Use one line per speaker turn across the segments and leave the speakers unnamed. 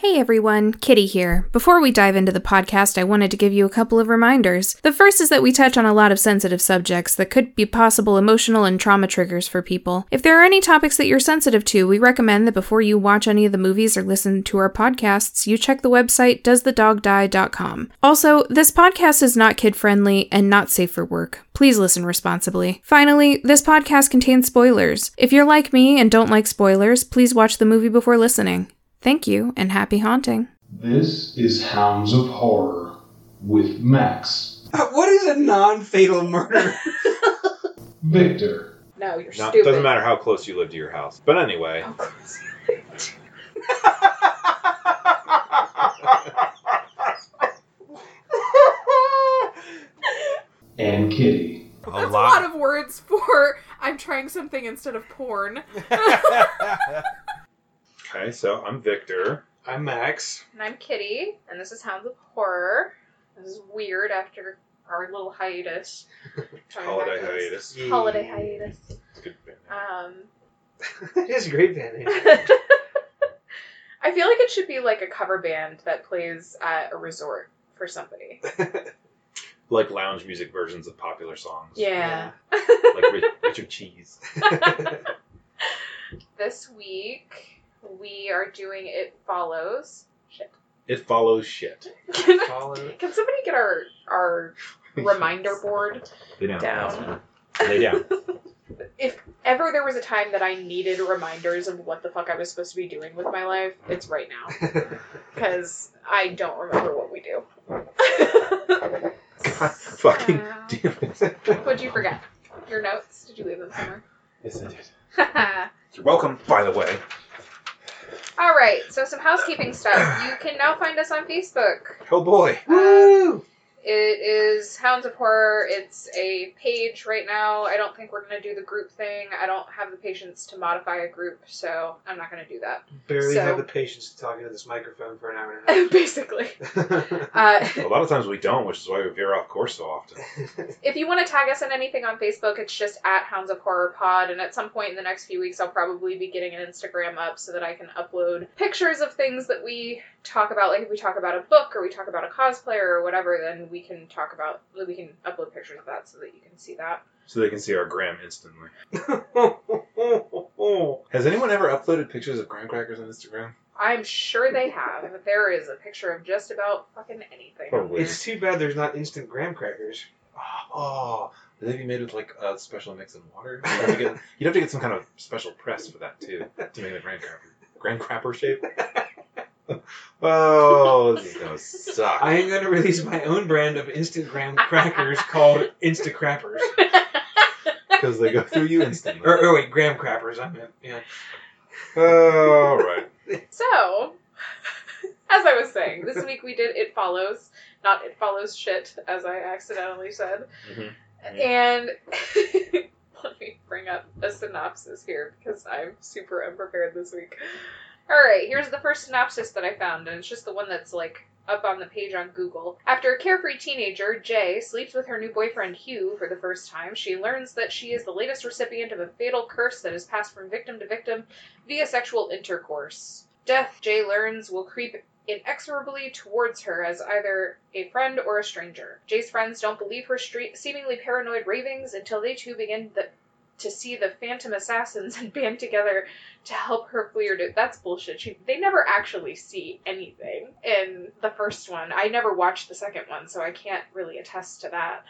Hey everyone, Kitty here. Before we dive into the podcast, I wanted to give you a couple of reminders. The first is that we touch on a lot of sensitive subjects that could be possible emotional and trauma triggers for people. If there are any topics that you're sensitive to, we recommend that before you watch any of the movies or listen to our podcasts, you check the website doesthedogdie.com. Also, this podcast is not kid friendly and not safe for work. Please listen responsibly. Finally, this podcast contains spoilers. If you're like me and don't like spoilers, please watch the movie before listening. Thank you and happy haunting.
This is Hounds of Horror with Max,
Uh, What is a non-fatal murder?
Victor,
No, you're
No,
stupid.
doesn't matter how close you live to your house. But anyway,
Of course.
and Kitty.
a
Oh, That's a lot
lot.
of words for I'm trying something instead of porn.
Okay, so I'm Victor.
I'm Max.
And I'm Kitty, and this is Hounds of Horror. This is weird after our little hiatus. Trying to have
Holiday
this
hiatus.
Holiday hiatus.
It's good.
Um,
it is a great band name.
I feel like it should be like a cover band that plays at a resort for somebody.
Like lounge music versions of popular songs.
Yeah.
Like Rich- Richard Cheese.
This week we are doing It Follows. Shit.
It follows shit.
Can,
Follow-
can somebody get our our reminder board?
Lay down.
Down.
Lay down.
if ever there was a time that I needed reminders of what the fuck I was supposed to be doing with my life, it's right now because I don't remember what we do.
Fucking damn it.
What'd you forget? Your notes? Did you leave them somewhere?
Yes, I did.
All
You're welcome, by the way.
right. So some housekeeping stuff. You can now find us on Facebook.
Oh boy.
Woo!
It is Hounds of Horror. It's a page right now. I don't think we're gonna do the group thing. I don't have the patience to modify a group, so I'm not gonna do that.
Barely
So-
have the patience to talk into this microphone for an hour and
Basically.
a half.
Uh,
A lot of times we don't, which is why we veer off course so often.
If you want to tag us in anything on Facebook, it's just at Hounds of Horror Pod. And at some point in the next few weeks, I'll probably be getting an Instagram up so that I can upload pictures of things that we talk about. Like if we talk about a book or we talk about a cosplayer or whatever, then we can talk about, we can upload pictures of that so that you can see that.
So they can see our gram instantly. Has anyone ever uploaded pictures of graham crackers on Instagram?
I'm sure they have. There is a picture of just about fucking anything.
Probably.
it's too bad there's not instant graham crackers.
Oh, would they be made with like a special mix of water? You'd have to get, you'd have to get some kind of special press for that too to make the grand crapper, grand crapper shape. oh, this is gonna suck.
I am going to release my own brand of instant graham crackers called Instacrappers.
because they go through you instantly.
Or, or wait, graham crappers. I meant. Yeah.
All oh, right.
So, as I was saying, this week we did It Follows, not It Follows Shit, as I accidentally said.
Mhm.
And let me bring up a synopsis here because I'm super unprepared this week. All right, here's the first synopsis that I found, and it's just the one that's like up on the page on Google. After a carefree teenager, Jay, sleeps with her new boyfriend Hugh for the first time, she learns that she is the latest recipient of a fatal curse that is passed from victim to victim via sexual intercourse. Death, Jay learns, will creep inexorably towards her as either a friend or a stranger. Jay's friends don't believe her stre- seemingly paranoid ravings until they too begin the, to see the phantom assassins and band together to help her flee her. to- That's bullshit. She, they never actually see anything in the first one. I never watched the second one, so I can't really attest to that.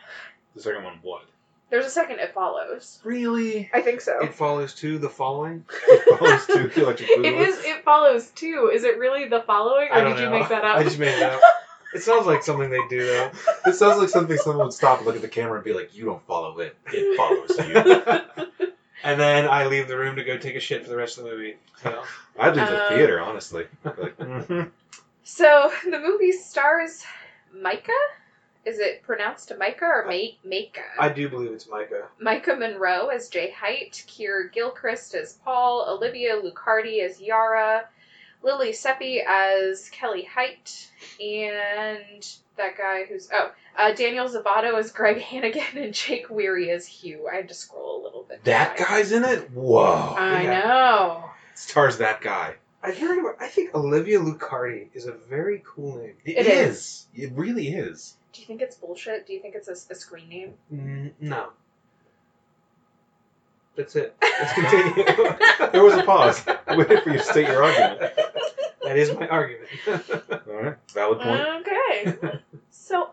The second one, what?
There's a second it follows.
Really?
I think so.
It follows to the following.
It follows to the electric
It is. It follows too. Is it really the following,
I
or
don't
Oh, did you
know.
make that up?
I just made it up. It sounds like something they do though.
It sounds like something someone would stop, look at the camera, and be like, "You don't follow it. It follows you."
and then I leave the room to go take a shit for the rest of the movie. So
I'd leave the
Um,
theater, honestly. Like,
mm-hmm.
mhm.
So the movie stars Micah. Is it pronounced Micah or Ma- Micah?
I do believe it's Micah.
Micah Monroe as Jay Height, Keir Gilchrist as Paul, Olivia Lucardi as Yara, Lily Seppi as Kelly Height, and that guy who's oh uh, Daniel Zavato as Greg Hannigan and Jake Weary as Hugh. I had to scroll a little bit. to
that
find- Uh,
guy's in it. Whoa.
I
Yeah.
know.
Stars that guy.
I've heard. About, I think Olivia Lucardi is a very cool name.
It
is. It really is.
Do you think it's bullshit? Do you think it's a, a screen name?
Mm, no. That's it. Let's continue. that
There was a pause. Waiting for you to state your argument.
is my argument.
All right. Valid point.
Okay. so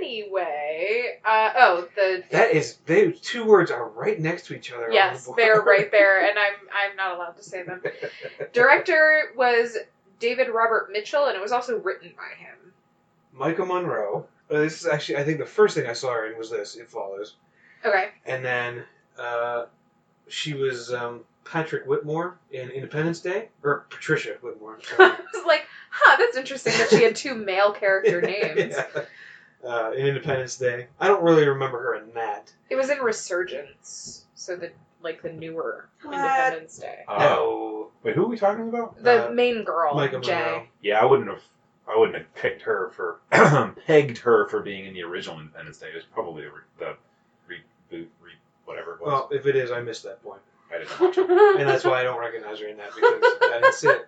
anyway, uh, oh the
That is. They two words are right next to each other. on
yes,
the board.
they're right there, and I'm I'm not allowed to say them. Director was David Robert Mitchell, and it was also written by him.
Michael Monroe. Uh, This is actually. I think the first thing I saw her in was this. It follows,
Okay.
and then uh, she was um, Patrick Whitmore in Independence Day, or Patricia Whitmore. I'm sorry.
I was like, huh, that's interesting that she had two male character names.
Yeah. Uh, in Independence Day. I don't really remember her in that.
It was in Resurgence, so the like the newer
What?
Independence Day.
Uh,
no.
wait, who are we talking about?
The
Uh,
main girl,
Michael
Jay.
Yeah, I wouldn't have. I wouldn't have picked her for pegged her for being in the original Independence Day. It was probably the re- the reboot, re, whatever it was.
Well, if it is, I missed that point,
I didn't watch it.
and that's why I don't recognize her in that because I didn't see it.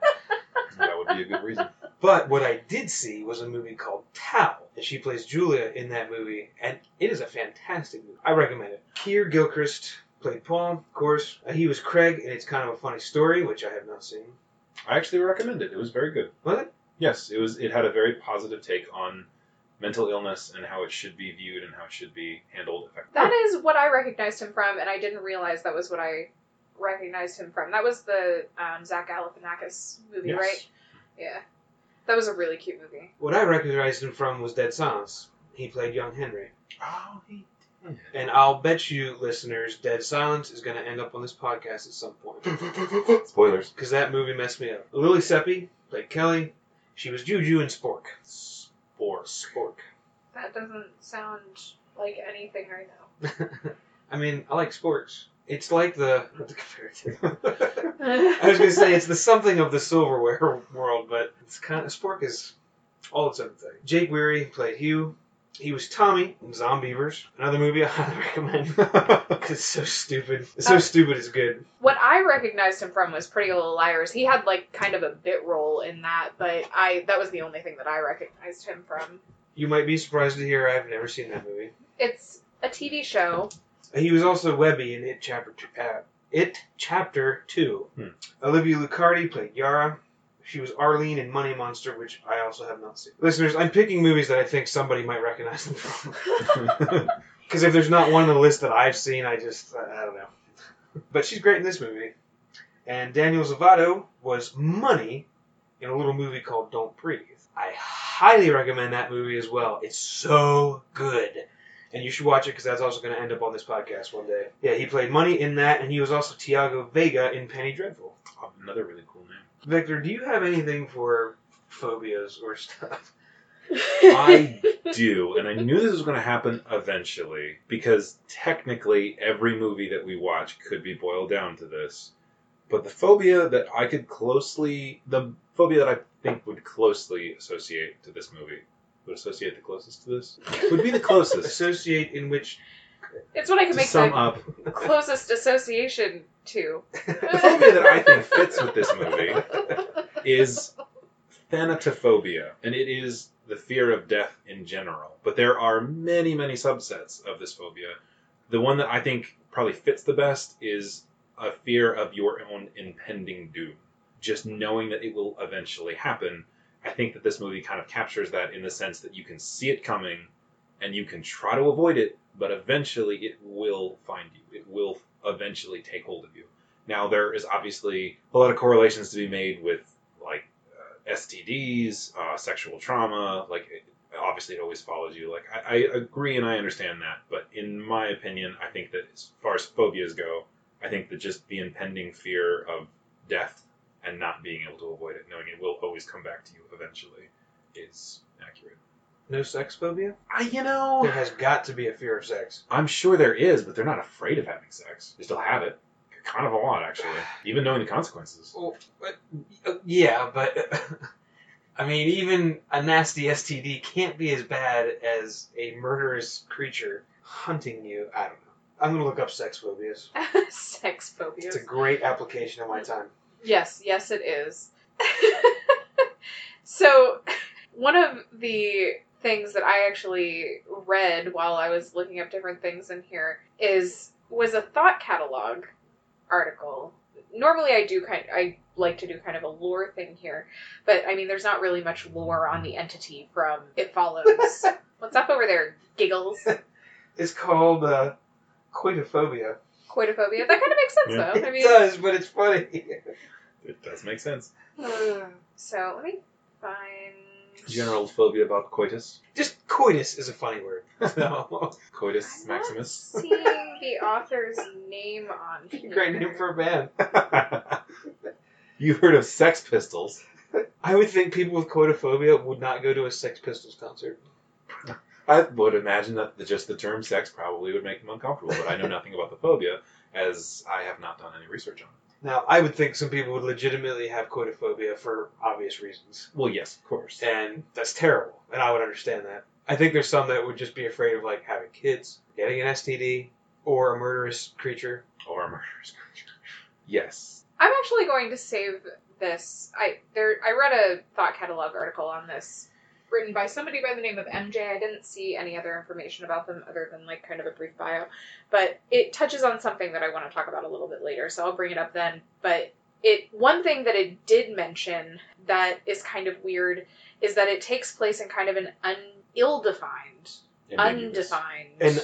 That would be a good reason.
But what I did see was a movie called Tao, and she plays Julia in that movie, and it is a fantastic movie. I recommend it. Keir Gilchrist played Paul, of course. Uh, he was Craig, and it's kind of a funny story, which I have not seen.
I actually recommend it. It was very good.
Was it?
Yes, it was. It had a very positive take on mental illness and how it should be viewed and how it should be handled effectively.
That is what I recognized him from, and I didn't realize that was what I recognized him from. That was the um, Zach Galifianakis movie,
Yes.
right? Yeah, that was a really cute movie.
What I recognized him from was Dead Silence. He played young Henry.
Oh, he did.
And I'll bet you, listeners, Dead Silence is going to end up on this podcast at some point.
Spoilers.
Because that movie messed me up. Lily Seppi played Kelly. She was Juju and Spork.
Sports.
Spork.
That doesn't sound like anything right
I mean, I like sports. It's like the. What to compare it to? I
now.
was going to say it's the something of the silverware world, but it's kind of Spork is all its own thing. Jake Weary played Hugh. He was Tommy in Zombievers, another movie I highly recommend. 'Cause it's so stupid. It's so
Uh,
stupid. It's good.
what I recognized him from was Pretty Little Liars. He had like kind of a bit role in that, but I that was the only thing that I recognized him from.
You might be surprised to hear I've never seen that movie.
It's a TV show.
He was also Webby in It Chapter Two. Uh, it Chapter Two.
Hmm.
Olivia Lucardi played Yara. She was Arlene in Money Monster, which I also have not seen. Listeners, I'm picking movies that I think somebody might recognize them from. Because if there's not one on the list that I've seen, I just I, I don't know. But she's great in this movie. And Daniel Zavato was Money in a little movie called Don't Breathe. I highly recommend that movie as well. It's so good. And you should watch it because that's also going to end up on this podcast one day. Yeah, he played Money in that, and he was also Tiago Vega in Penny Dreadful.
Oh, Another really cool name.
Victor, do you have anything for phobias or stuff?
I do, and I knew this was going to happen eventually because technically every movie that we watch could be boiled down to this. But the phobia that I could closely, the phobia that I think would closely associate to this movie, would associate the closest to this, would be the closest.
Associate in which
it's what I
to
can make
sum
the
up,
closest association to.
the phobia that I think fits with this movie is thanatophobia, and it is the fear of death in general. But there are many, many subsets of this phobia. The one that I think probably fits the best is a fear of your own impending doom, just knowing that it will eventually happen. I think that this movie kind of captures that in the sense that you can see it coming and you can try to avoid it, but eventually it will find you. It will eventually take hold of you. Now, there is obviously a lot of correlations to be made with like uh, STDs, uh, sexual trauma. Like, it, obviously, it always follows you. Like, I, I agree and I understand that, but in my opinion, I think that as far as phobias go, I think that just the impending fear of death and not being able to avoid it, knowing it will always come back to you eventually, is accurate.
no sex phobia?
I, you know,
There has got to be a fear of sex.
I'm sure there is, but they're not afraid of having sex. They still have it. Kind of a lot, actually. Even knowing the consequences.
Well, but, uh, yeah, but I mean, even a nasty STD can't be as bad as a murderous creature hunting you. I don't know. I'm gonna look up sex phobias. It's
Sex phobias.
a great application of my time.
Yes, yes, it is. so, one of the things that I actually read while I was looking up different things in here is was a thought catalog article. Normally, I do kind. I like to do kind of a lore thing here, but I mean, there's not really much lore on the entity from It Follows. What's up over there? Giggles.
It's called uh, coitophobia.
Coitophobia. That kind of makes sense,
Yeah.
though. I
It
mean,
does, but it's funny.
It does make sense.
so let me find.
General phobia about coitus.
Just coitus is a funny word. no.
Coitus
I'm not
maximus.
seeing the author's name on here.
Great name for a band.
You've heard of Sex Pistols.
I would think people with coitophobia would not go to a Sex Pistols concert.
I would imagine that the, just the term sex probably would make them uncomfortable, but I know nothing about the phobia as I have not done any research on it.
Now, I would think some people would legitimately have coitophobia for obvious reasons.
Well, yes, of course.
And that's terrible. And I would understand that. I think there's some that would just be afraid of, like, having kids, getting an STD, or a murderous creature.
Or a murderous creature. Yes.
I'm actually going to save this. I there I read a thought catalog article on this written by somebody by the name of MJ. I didn't see any other information about them other than like kind of a brief bio, but it touches on something that I want to talk about a little bit later, so I'll bring it up then. But it one thing that it did mention that is kind of weird is that it takes place in kind of an un, ill-defined,
Ambiguous.
undefined,
An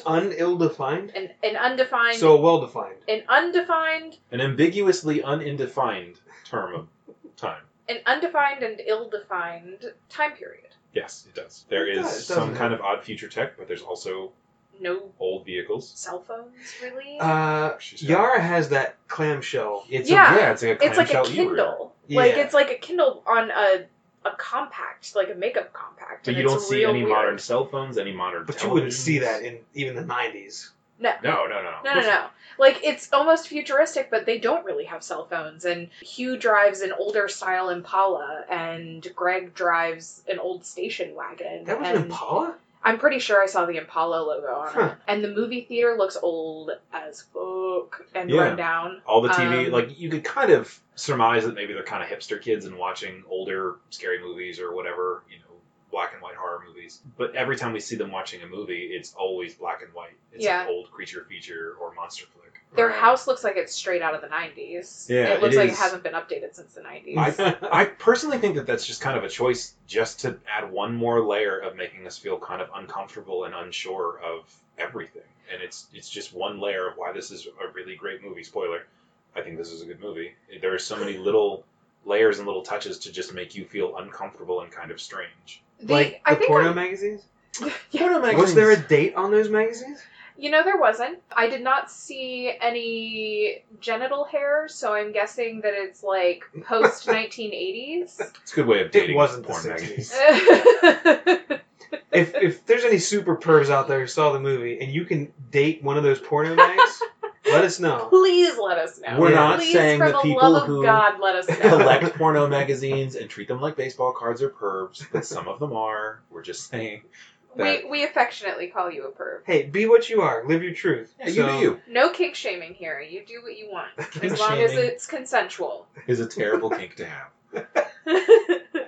unill defined?
an, an undefined,
So well defined.
an undefined
An ambiguously undefined term of time.
an undefined and ill-defined time period.
Yes, it does. There
It
is
does,
some
doesn't
kind
it?
of odd future tech, but there's also
No
old vehicles.
cell phones, really.
Uh,
She's got-
Yara has that clamshell.
It's
Yeah.
A, yeah, it's like a
it's like a
clamshell e-reader.
Kindle. Like
Yeah.
it's like a Kindle on a a compact, like a makeup compact.
But
and
you
it's
don't see
real
any
weird.
modern cell phones, any modern.
But you wouldn't see
televisions.
that in even the 90s.
No, no, no.
No, no, no. Like it's almost futuristic, but they don't really have cell phones. And Hugh drives an older style Impala, and Greg drives an old station wagon.
That was
and
an Impala?
I'm pretty sure I saw the Impala logo on
Huh.
it. And the movie theater looks old as fuck and
Yeah.
run down.
All the TV,
Um,
like you could kind of surmise that maybe they're kind of hipster kids and watching older scary movies or whatever, you know, black and white horror movies. But every time we see them watching a movie, it's always black and white. It's
Yeah.
an old creature feature or monster flick.
Their
Right.
house looks like it's straight out of the 90s.
Yeah,
it looks
it
like it
is.
hasn't been updated since the 90s.
I- I personally think that that's just kind of a choice just to add one more layer of making us feel kind of uncomfortable and unsure of everything. And it's it's just one layer of why this is a really great movie. Spoiler, I think this is a good movie. There are so many little layers and little touches to just make you feel uncomfortable and kind of strange.
The-
like
I
the
think
porno magazines?
Yeah.
magazines.
Was there a date on those magazines?
You know, there wasn't. I did not see any genital hair, so I'm guessing that it's like post 1980s.
It's a good way of dating.
it wasn't
porn
the 60s.
magazines.
if if there's any super pervs out there who saw the movie and you can date one of those porno mags, let us know.
Please let us know.
We're
not
Please,
saying
for
that
the
people
love of
who
God, let us know.
Collect porno magazines and treat them like baseball cards or pervs, but some of them are. We're just saying.
we, we affectionately call you a perv.
Hey, be what you are. Live your truth.
Yeah, you
So,
do you.
No kink shaming here. You do what you want,
Kink
as long as
shaming.
it's consensual.
Is a terrible kink to have.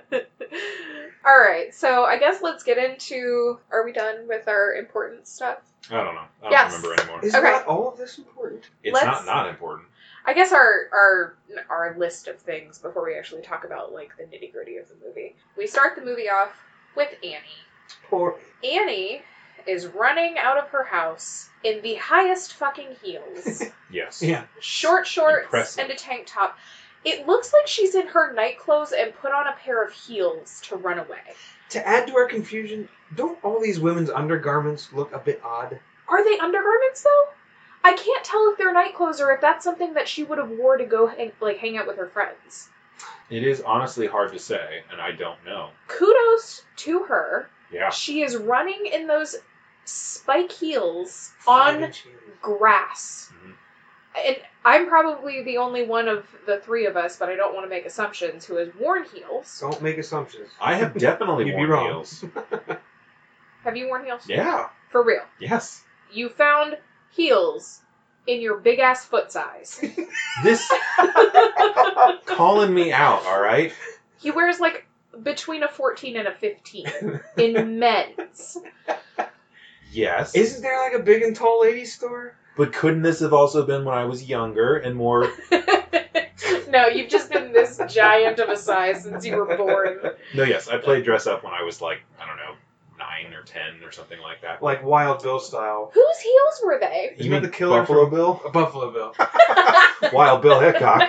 All right, so I guess let's get into. Are we done with our important stuff?
I don't know. I don't
Yes.
remember anymore.
Is
Okay.
not all of this important?
It's
Let's-
not not important.
I guess our our our list of things before we actually talk about like the nitty gritty of the movie. We start the movie off with Annie.
Or
Annie is running out of her house in the highest fucking heels,
Yes.
yeah,
short shorts,
Impressive.
and a tank top. It looks like she's in her night clothes and put on a pair of heels to run away.
to add to our confusion, don't all these women's undergarments look a bit odd?
Are they undergarments though? I can't tell if they're night clothes or if that's something that she would have wore to go hang, like hang out with her friends.
It is honestly hard to say, and I don't know.
Kudos to her.
Yeah.
She is running in those spike heels on grass.
Mhm.
And I'm probably the only one of the three of us, but I don't want to make assumptions, who has worn heels.
Don't make assumptions.
I have definitely
You'd be
worn
wrong.
heels.
Have you worn heels?
Yeah.
For real.
Yes.
You found heels in your big ass foot size.
This calling me out, all right?
he wears like between a 14 and a 15 in men's.
Yes.
Isn't there like a big and tall lady store?
but couldn't this have also been when I was younger and more
no, you've just been this giant of a size since you were born.
No, yes, I played dress up when I was like, I don't know, 9 or 10 or something like that.
Like Wild Bill style.
Whose heels were they?
Isn't that the killer
Buffalo Bill?
A Buffalo Bill.
Wild Bill Hickok.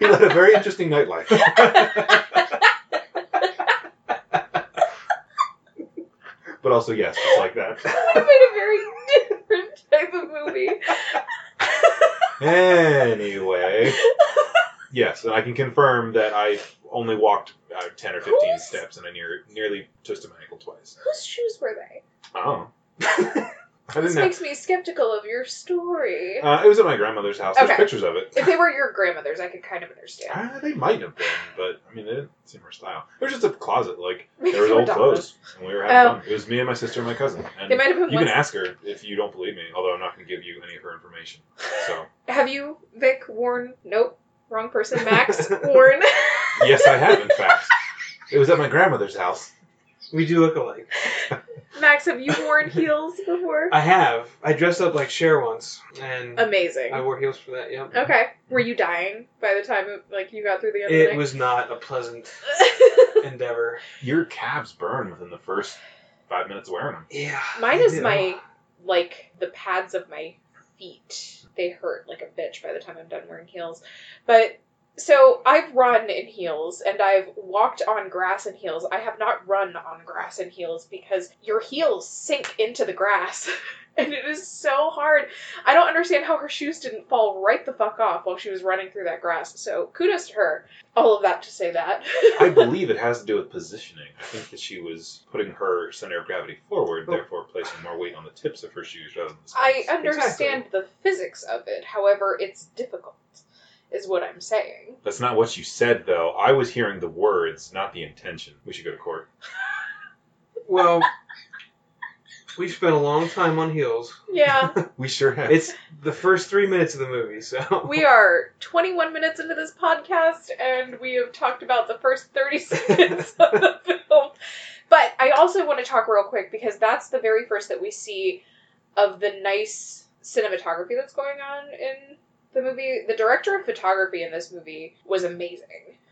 He led a very interesting nightlife. but also, yes, it's like that.
would have made a very different type of movie.
Anyway, yes, and I can confirm that I only walked uh, ten or fifteen
Who's-
steps, and I near, nearly twisted my ankle twice.
Whose shoes were they?
Oh, I
This
didn't know.
makes me skeptical of your story.
Uh, it was at my grandmother's house. There's
Okay.
pictures of it.
if they were your grandmother's, I could kind of understand.
Uh, they might have been, but I mean, they didn't seem her style. It was just a closet. Like
Maybe
there was
they were
old clothes, and we were having
Oh.
fun. It was me and my sister and my cousin. And
They might have been
you can
ones.
ask her if you don't believe me. Although I'm not going to give you any of her information. So
Have you, Vic, worn? Nope, wrong person. Max worn.
yes, I have. In fact, it was at my grandmother's house.
We do look alike.
Max, have you worn heels before?
I have. I dressed up like Cher once, and
Amazing.
I wore heels for that. Yep.
Okay. Were you dying by the time like you got through the other
It
thing?
was not a pleasant endeavor.
Your calves burn within the first five minutes of wearing them.
Yeah.
Mine
I
is
do.
my like the pads of my feet. They hurt like a bitch by the time I'm done wearing heels. But so I've run in heels and I've walked on grass in heels. I have not run on grass in heels because your heels sink into the grass. And it is so hard. I don't understand how her shoes didn't fall right the fuck off while she was running through that grass. So kudos to her. All of that to say that.
I believe it has to do with positioning. I think that she was putting her center of gravity forward, therefore placing more weight on the tips of her shoes rather than the
Oh. I
soles.
understand the physics of it. However, it's difficult, is what I'm saying.
That's not what you said, though. I was hearing the words, not the intention. We should go to court.
Well, we've spent a long time on heels.
Yeah,
We sure have.
It's the first three minutes of the movie, so.
we are 21 minutes into this podcast, and we have talked about the first 30 seconds of the film. But I also want to talk real quick because that's the very first that we see of the nice cinematography that's going on in the movie. The director of photography in this movie was amazing.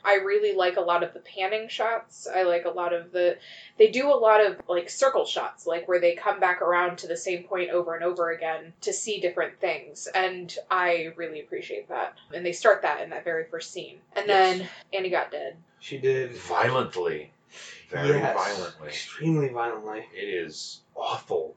I really like a lot of the panning shots. I like a lot of the they do a lot of like circle shots, like where they come back around to the same point over and over again to see different things. And I really appreciate that. And they start that in that very first scene. And
Yes.
then Annie got dead.
She did.
violently. Very
Yes.
violently.
Extremely violently.
It is awful.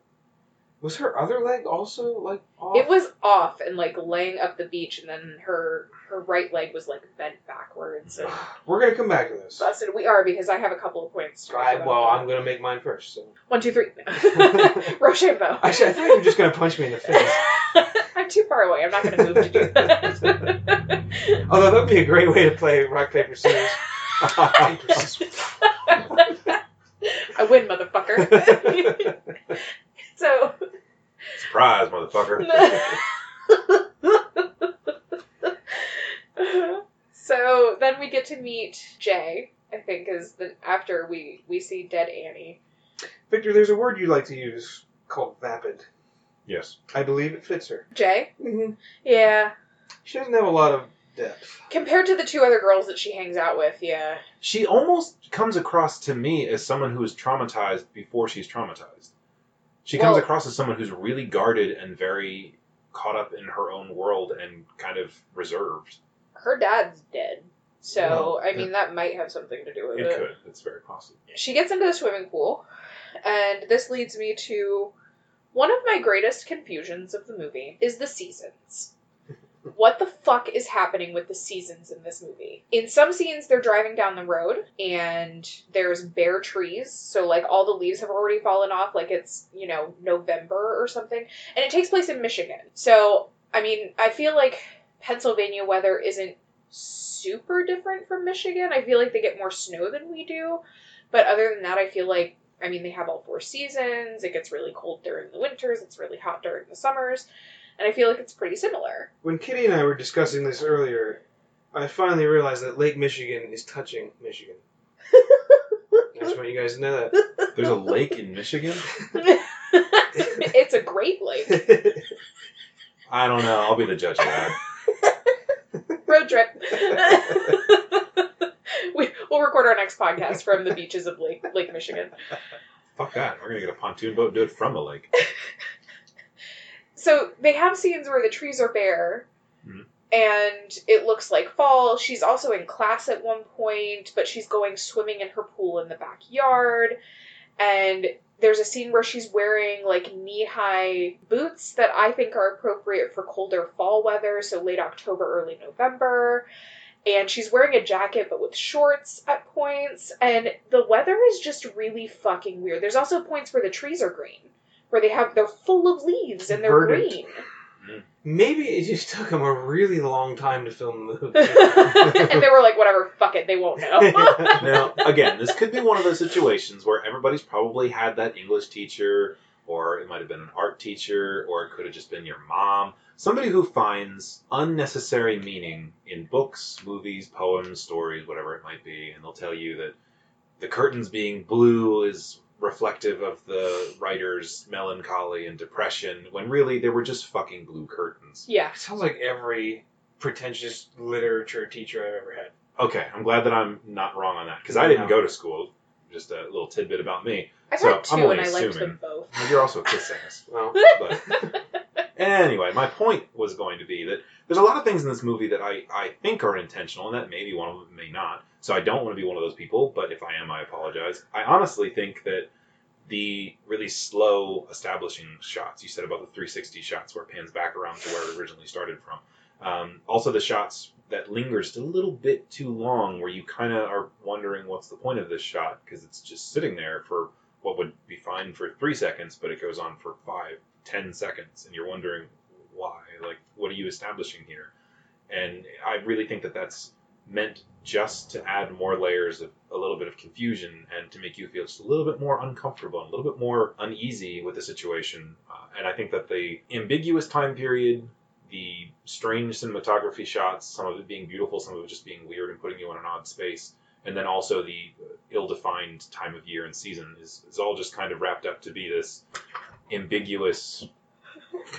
Was her other leg also, like, off?
It was off and like laying up the beach, and then her her right leg was like bent backwards and
We're gonna come back to this.
busted. We are because I have a couple of points. To make
I,
about
well,
that.
I'm gonna make mine first, so.
one, two, three. Rochambeau.
Actually, I thought you were just gonna punch me in the face.
I'm too far away. I'm not going to move to do that.
Although that'd be a great way to play rock paper scissors.
I win, motherfucker. so
Surprise, motherfucker.
so then we get to meet Jay. I think is the after we we see dead Annie.
Victor, there's a word you like to use called vapid.
Yes.
I believe it fits her.
Jay.
Mm-hmm.
Yeah.
She doesn't have a lot of depth.
Compared to the two other girls that she hangs out with, yeah.
She almost comes across to me as someone who is traumatized before she's traumatized. She comes
Well-
across as someone who's really guarded and very caught up in her own world and kind of reserved.
Her dad's dead. So,
Well,
I mean, that might have something to do with
It could. It's very possible.
she gets into the swimming pool, and this leads me to one of my greatest confusions of the movie is the seasons. What the fuck is happening with the seasons in this movie? In some scenes, they're driving down the road and there's bare trees. So, like, all the leaves have already fallen off. Like, it's, you know, November or something. And it takes place in Michigan. So, I mean, I feel like Pennsylvania weather isn't super different from Michigan. I feel like they get more snow than we do. But other than that, I feel like, I mean, they have all four seasons. It gets really cold during the winters, it's really hot during the summers. And I feel like it's pretty similar.
When Kitty and I were discussing this earlier, I finally realized that Lake Michigan is touching Michigan. I just want you guys to know
There's a lake in Michigan.
it's a great lake.
that.
I don't know. I'll be the judge of that.
Road trip. we, we'll record our next podcast from the beaches of Lake Lake Michigan.
Fuck that. We're gonna get a pontoon boat, and do it from a lake.
So they have scenes where the trees are bare.
Mhm.
And it looks like fall. She's also in class at one point, but she's going swimming in her pool in the backyard. And there's a scene where she's wearing like knee high boots that I think are appropriate for colder fall weather, so late October, early November. And she's wearing a jacket but with shorts at points. And the weather is just really fucking weird. There's also points where the trees are green, where they have, they're full of leaves and they're
Verdant.
green.
Maybe it just took them a really long time to film the
and
movie.
they were like, whatever, fuck it, they won't know.
Now, again, this could be one of those situations where everybody's probably had that English teacher, or it might have been an art teacher, or it could have just been your mom. Somebody who finds unnecessary meaning in books, movies, poems, stories, whatever it might be, and they'll tell you that the curtains being blue is reflective of the writer's melancholy and depression, when really they were just fucking blue curtains.
yeah.
Sounds like every pretentious literature teacher I've ever had.
Okay, I'm glad that I'm not wrong on that, because I didn't go to school. Just a little tidbit about me.
I've
So,
had
I'm
two
only
and I liked
assuming.
them both.
You're also kissing us.
Well,
but anyway, my point was going to be that there's a lot of things in this movie that I, I think are intentional, and that maybe one of them may not. So I don't want to be one of those people, but if I am, I apologize. I honestly think that the really slow establishing shots you said about the 360 shots where it pans back around to where it originally started from. Um, also, the shots that lingers just a little bit too long, where you kind of are wondering what's the point of this shot because it's just sitting there for what would be fine for three seconds, but it goes on for five, ten seconds, and you're wondering why. Like, what are you establishing here? And I really think that that's meant just to add more layers of a little bit of confusion and to make you feel just a little bit more uncomfortable and a little bit more uneasy with the situation. Uh, and I think that the ambiguous time period, the strange cinematography shots, some of it being beautiful, some of it just being weird and putting you in an odd space, and then also the ill-defined time of year and season is, is all just kind of wrapped up to be this ambiguous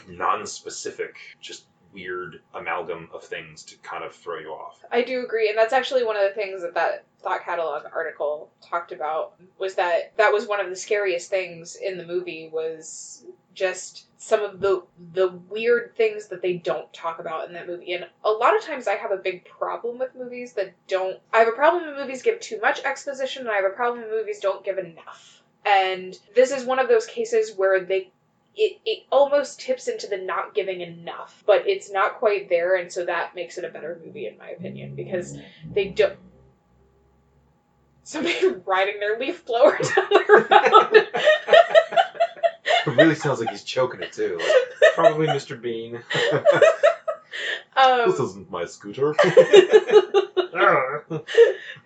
non-specific just weird amalgam of things to kind of throw you off
I do agree, and that's actually one of the things that that thought catalog article talked about was that that was one of the scariest things in the movie was just some of the the weird things that they don't talk about in that movie. And a lot of times I have a big problem with movies that don't I have a problem when movies give too much exposition and I have a problem when movies don't give enough. And this is one of those cases where they it, it almost tips into the not giving enough, but it's not quite there, and so that makes it a better movie in my opinion because they don't. Somebody riding their leaf blower down the road.
it really sounds like he's choking it too like,
probably Mr. Bean.
Um,
this isn't my scooter
Arr.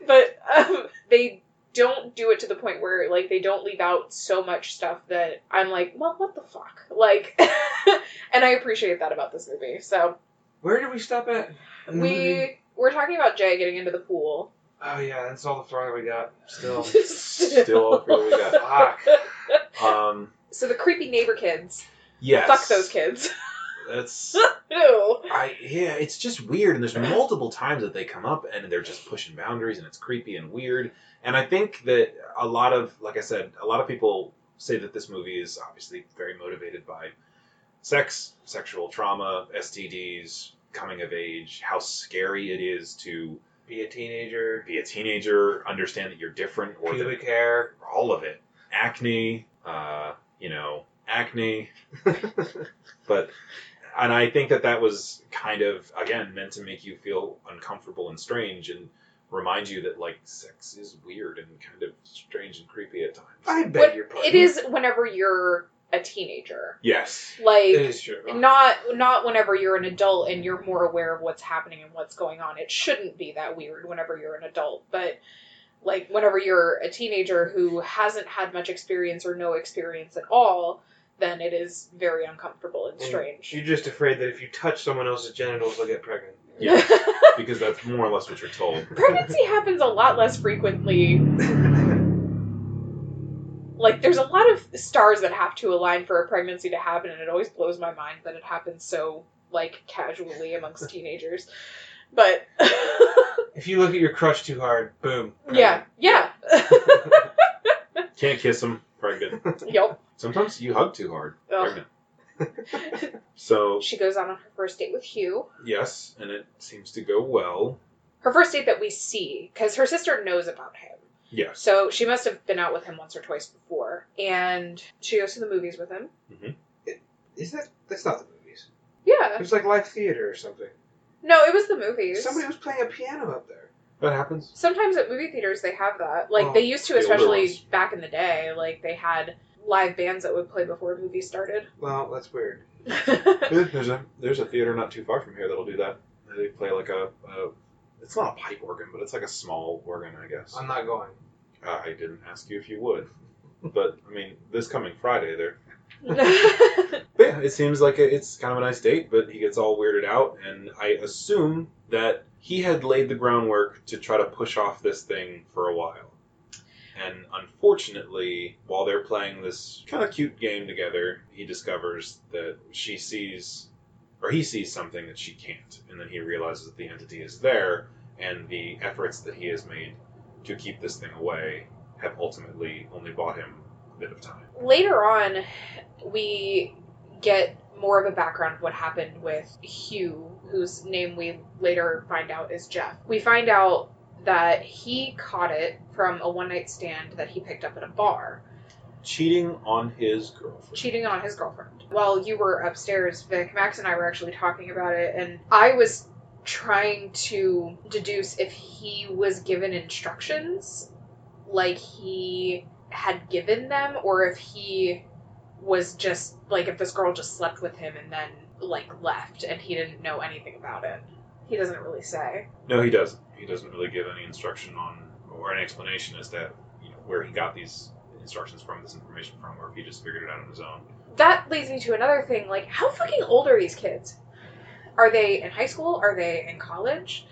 but um, they don't do it to the point where like they don't leave out so much stuff that I'm like, well, what the fuck? Like, and I appreciate that about this movie. So
Where did we stop at? in the movie?
we we're talking about Jay getting into the pool.
Oh yeah, that's all the throwing we got. Still.
still all we got
Fuck.
um
So the creepy neighbor kids.
yes
Fuck those kids.
that's
Ew.
I yeah, it's just weird, and there's multiple times that they come up and they're just pushing boundaries, and it's creepy and weird. And I think that a lot of, like I said, a lot of people say that this movie is obviously very motivated by sex, sexual trauma, STDs, coming of age, how scary it is to
Be a teenager.
be a teenager, understand that you're different, or that
Pubic hair.
all of it. Acne, uh, you know, acne. but, and I think that that was kind of, again, meant to make you feel uncomfortable and strange and remind you that, like, sex is weird and kind of strange and creepy at times.
I bet
What-
your pardon.
it is whenever you're a teenager.
yes.
Like
It is true.
not not whenever you're an adult and you're more aware of what's happening and what's going on. It shouldn't be that weird whenever you're an adult, but like whenever you're a teenager who hasn't had much experience or no experience at all, then it is very uncomfortable and
And
strange.
You're just afraid that if you touch someone else's genitals, they'll get pregnant.
Yeah. because that's more or less what you're told.
Pregnancy happens a lot less frequently. Like, there's a lot of stars that have to align for a pregnancy to happen, and it always blows my mind that it happens so, like, casually amongst teenagers. But,
if you look at your crush too hard, boom.
yeah, yeah.
Can't kiss them. Pregnant.
yep.
Sometimes you hug too hard.
Ugh.
Pregnant. So
She goes on on her first date with Hugh.
yes, and it seems to go well.
Her first date that we see, because her sister knows about him.
Yes.
So she must have been out with him once or twice before. And she goes to the movies with him.
Is that that's not the movies? It
Yeah.
was like live theater or something.
No, it was the movies.
Somebody was playing a piano up there.
That happens.
Sometimes at movie theaters they have that. Like they used to,
Oh, the older
especially
ones.
back in the day. Like they had live bands that would play before movies started.
Well, that's weird.
Yeah, there's a there's a theater not too far from here that'll do that. They play like a, a it's not a pipe organ, but it's like a small organ, I guess.
I'm not going.
I didn't ask you if you would, but I mean, this coming Friday there. But yeah, it seems like it's kind of a nice date, but he gets all weirded out, and I assume that he had laid the groundwork to try to push off this thing for a while. And unfortunately, while they're playing this kind of cute game together, he discovers that she sees, or he sees something that she can't, and then he realizes that the entity is there, and the efforts that he has made to keep this thing away have ultimately only bought him a bit of time.
Later on, we get more of a background of what happened with Hugh, whose name we later find out is Jeff. We find out that he caught it from a one night stand that he picked up at a bar.
Cheating on his girlfriend.
cheating on his girlfriend. While you were upstairs, Vic, Max and I were actually talking about it, and I was trying to deduce if he was given instructions, like he had given them, or if he was just like if this girl just slept with him and then like left and he didn't know anything about it. He doesn't really say.
No, he doesn't. He doesn't really give any instruction on or an explanation as to you know, where he got these instructions from, this information from, or if he just figured it out on his own.
That leads me to another thing like, how fucking old are these kids? Are they in high school? Are they in college?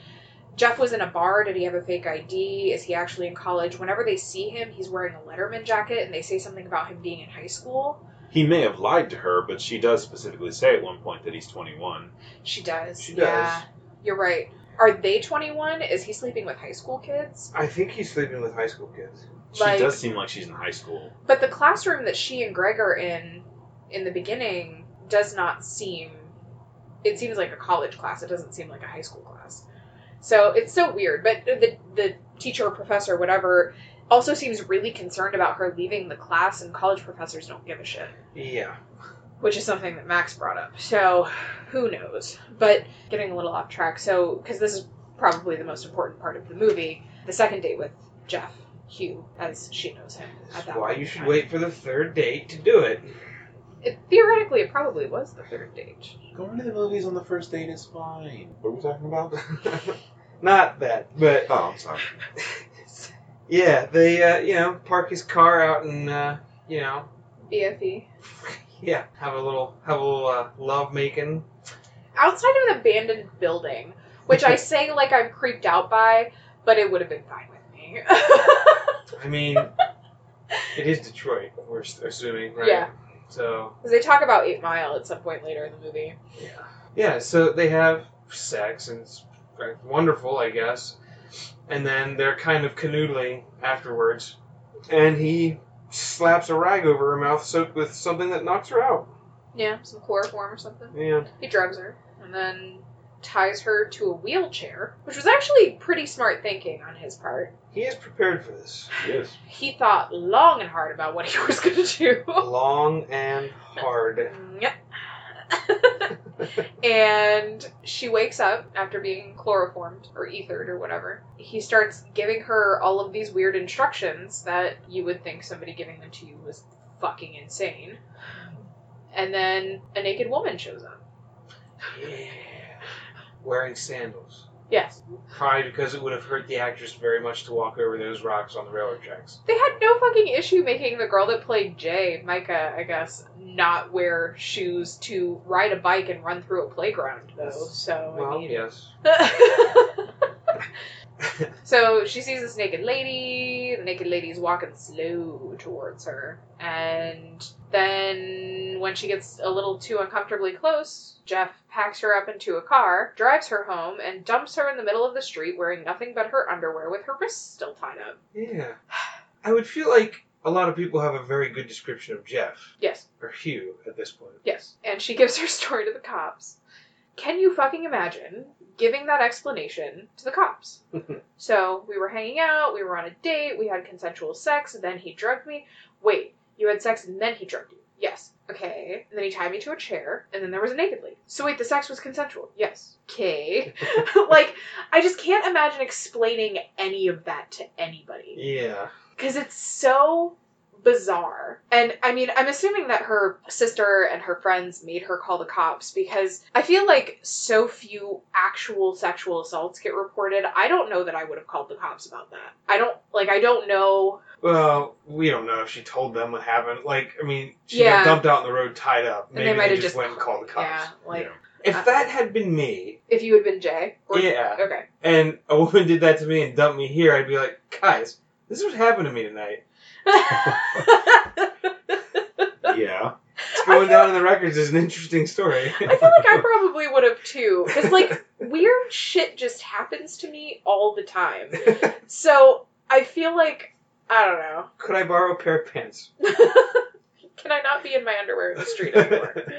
Jeff was in a bar. Did he have a fake ID? Is he actually in college? Whenever they see him, he's wearing a Letterman jacket and they say something about him being in high school.
He may have lied to her, but she does specifically say at one point that he's 21.
She does.
She
Yeah. You're right. Are they 21? Is he sleeping with high school kids?
I think he's sleeping with high school kids.
She
Like-
does seem like she's in high school.
But the classroom that she and Greg are in in the beginning does not seem it seems like a college class. It doesn't seem like a high school class. So it's so weird. But the the teacher or professor, whatever, also seems really concerned about her leaving the class and college professors don't give a shit.
Yeah.
Which is something that Max brought up. So who knows? But getting a little off track, so because this is probably the most important part of the movie, the second date with Jeff Hugh, as she knows him.
That's
that
why
point
you
in
should
time.
wait for the third date to do it.
It, theoretically, it probably was the third date.
Going to the movies on the first date is fine. What are we talking about?
Not that, but uh,
oh, I'm sorry.
yeah, they uh, you know park his car out and uh, you know
BFE.
yeah have a little have a little uh, love making.
Outside of an abandoned building, which I say like I'm creeped out by, but it would have been fine with me.
I mean, it is Detroit. We're s- assuming, right?
Yeah.
So
'Cause they talk about Eight Mile at some point later in the movie.
yeah, yeah. So they have sex and it's like, wonderful, I guess. And then they're kind of canoodling afterwards, and he slaps a rag over her mouth soaked with something that knocks her out.
Yeah, some chloroform or something.
Yeah.
He drugs her and then ties her to a wheelchair, which was actually pretty smart thinking on his part.
He is prepared for this.
Yes.
He thought long and hard about what he was going to do.
Long and hard.
Yep. and she wakes up after being chloroformed or ethered or whatever. He starts giving her all of these weird instructions that you would think somebody giving them to you was fucking insane. And then a naked woman shows up.
Yeah. Wearing sandals.
Yes.
Probably because it would have hurt the actress very much to walk over those rocks on the railroad tracks.
They had no fucking issue making the girl that played Jay, Micah, I guess, not wear shoes to ride a bike and run through a playground, though. So, Oh, I
Well,
mean.
yes.
so she sees this naked lady. The naked lady's walking slow towards her. And then when she gets a little too uncomfortably close, Jeff packs her up into a car, drives her home, and dumps her in the middle of the street wearing nothing but her underwear with her wrists still tied up.
Yeah. I would feel like a lot of people have a very good description of Jeff
Yes.
or Hugh at this point.
Yes. And she gives her story to the cops. Can you fucking imagine giving that explanation to the cops? so we were hanging out, we were on a date, we had consensual sex, and then he drugged me. Wait, you had sex and then he drugged you? Yes. Okay. And then he tied me to a chair, and then there was a naked lady. So wait, the sex was consensual? Yes. Okay. like, I just can't imagine explaining any of that to anybody
Yeah.
because it's so bizarre. And I mean, I'm assuming that her sister and her friends made her call the cops because I feel like so few actual sexual assaults get reported. I don't know that I would have called the cops about that. I don't like I don't know.
Well, we don't know if she told them what happened. Like, I mean, she
Yeah.
got dumped out in the road, tied up.
and
Maybe
they might have
just,
just
went and called the cops.
Yeah, like
Yeah.
If that had been me,
if you had been Jay or
Yeah.
Okay.
and a woman did that to me and dumped me here, I'd be like, guys, this is what happened to me tonight.
yeah.
It's going down in the records is an interesting story.
I feel like I probably would have too. Because, like, weird shit just happens to me all the time. So I feel like, I don't know.
Could I borrow a pair of pants?
Can I not be in my underwear in the street anymore?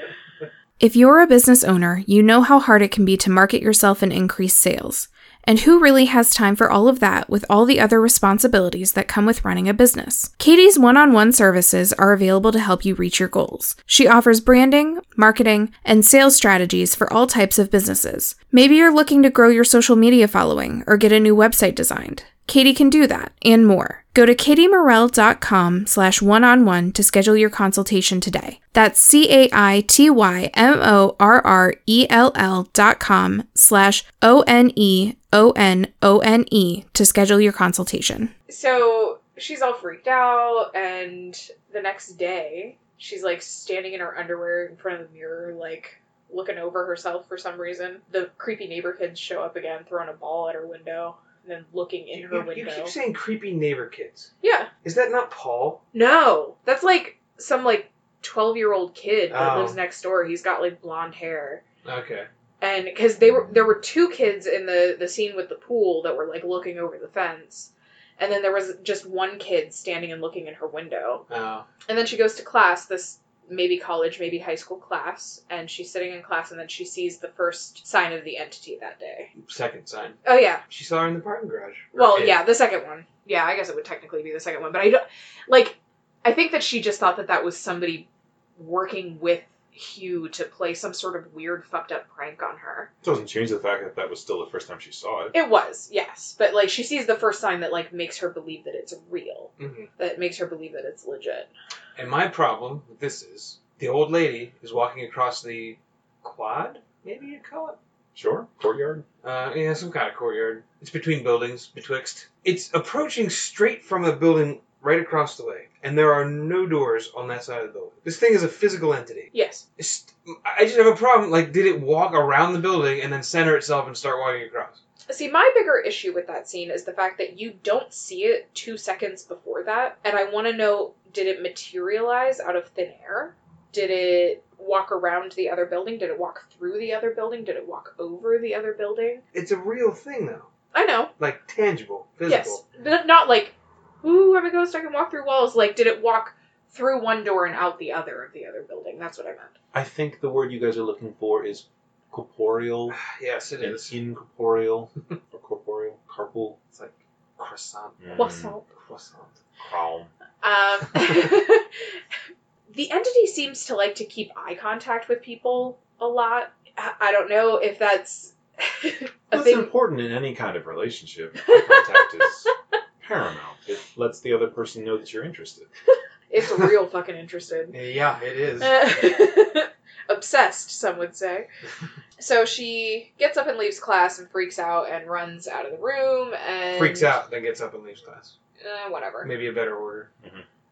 If you're a business owner, you know how hard it can be to market yourself and increase sales. And who really has time for all of that with all the other responsibilities that come with running a business? Katie's one on one services are available to help you reach your goals. She offers branding, marketing, and sales strategies for all types of businesses. Maybe you're looking to grow your social media following or get a new website designed. Katie can do that and more. Go to katiemorell.com slash one-on-one to schedule your consultation today. That's C-A-I-T-Y-M-O-R-R-E-L-L E dot com slash E O-N-E-O-N-O-N-E E to schedule your consultation.
so she's all freaked out, and the next day, she's like standing in her underwear in front of the mirror, like looking over herself for some reason. The creepy neighbor kids show up again, throwing a ball at her window, and then looking in
You,
her
you
window.
keep saying creepy neighbor kids.
yeah.
Is that not Paul?
No, that's like some like twelve year old kid that
Oh.
lives next door. He's got like blonde hair,
Okay.
and because they were there were two kids in the the scene with the pool that were like looking over the fence, and then there was just one kid standing and looking in her window.
Oh.
And then she goes to class, this maybe college, maybe high school class, and she's sitting in class, and then she sees the first sign of the entity that day.
Second sign.
Oh yeah,
She saw her in the parking garage. Or
Well,
it.
yeah, the second one. Yeah, I guess it would technically be the second one, but I don't like. I think that she just thought that that was somebody working with Hugh to play some sort of weird, fucked up prank on her.
Doesn't change the fact that that was still the first time she saw it.
It was, yes, but like she sees the first sign that like makes her believe that it's real,
Mhm.
that makes her believe that it's legit.
And my problem with this is the old lady is walking across the quad, maybe you call it?
Sure. Courtyard.
Uh, yeah, some kind of courtyard. It's between buildings, betwixt. It's approaching straight from the building right across the way, and there are no doors on that side of the building. This thing is a physical entity.
Yes,
It's, I just have a problem. Like, did it walk around the building and then center itself and start walking across?
See, my bigger issue with that scene is the fact that you don't see it two seconds before that, and I want to know did it materialize out of thin air? Did it walk around the other building? Did it walk through the other building? Did it walk over the other building?
It's a real thing, though.
I know.
Like, tangible, physical.
Yes. N- Not like, ooh, I'm a ghost, I can walk through walls. Like, did it walk through one door and out the other of the other building? That's what I meant.
I think the word you guys are looking for is corporeal
Yes, it
and
is.
incorporeal or corporeal. Carpal.
It's like croissant.
What's up?
Croissant.
Crown.
Um, the entity seems to like to keep eye contact with people a lot. I I don't know if that's a
That's
thing.
important in any kind of relationship. Eye contact is paramount. It lets the other person know that you're interested.
It's real fucking interested.
Yeah, it is.
Uh, Obsessed, some would say. So she gets up and leaves class and freaks out and runs out of the room and
Freaks out, then gets up and leaves class.
Uh, whatever.
Maybe a better order.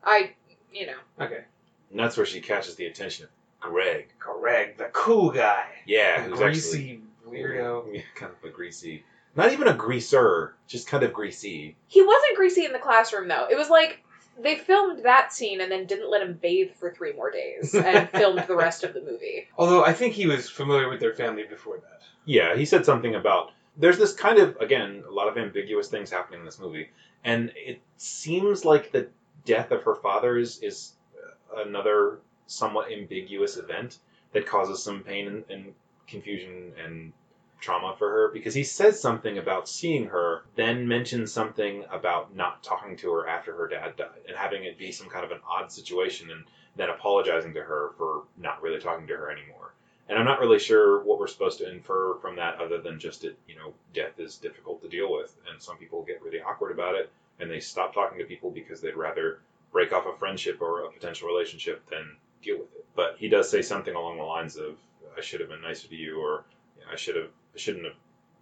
I, you know,
Okay.
And that's where she catches the attention of Greg.
Correct. The cool guy.
Yeah,
The
who's actually
greasy weirdo.
Yeah, kind of a greasy. Not even a greaser, just kind of greasy.
he wasn't greasy in the classroom though. It was like they filmed that scene and then didn't let him bathe for three more days and filmed the rest of the movie.
Although I think he was familiar with their family before that.
Yeah, he said something about there's this kind of again a lot of ambiguous things happening in this movie, and it seems like the death of her father is is uh, another somewhat ambiguous event that causes some pain and, and confusion and trauma for her because he says something about seeing her then mentions something about not talking to her after her dad died and having it be some kind of an odd situation and then apologizing to her for not really talking to her anymore and i'm not really sure what we're supposed to infer from that other than just it you know death is difficult to deal with and some people get really awkward about it and they stop talking to people because they'd rather break off a friendship or a potential relationship than deal with it but he does say something along the lines of i should have been nicer to you or I should have I shouldn't have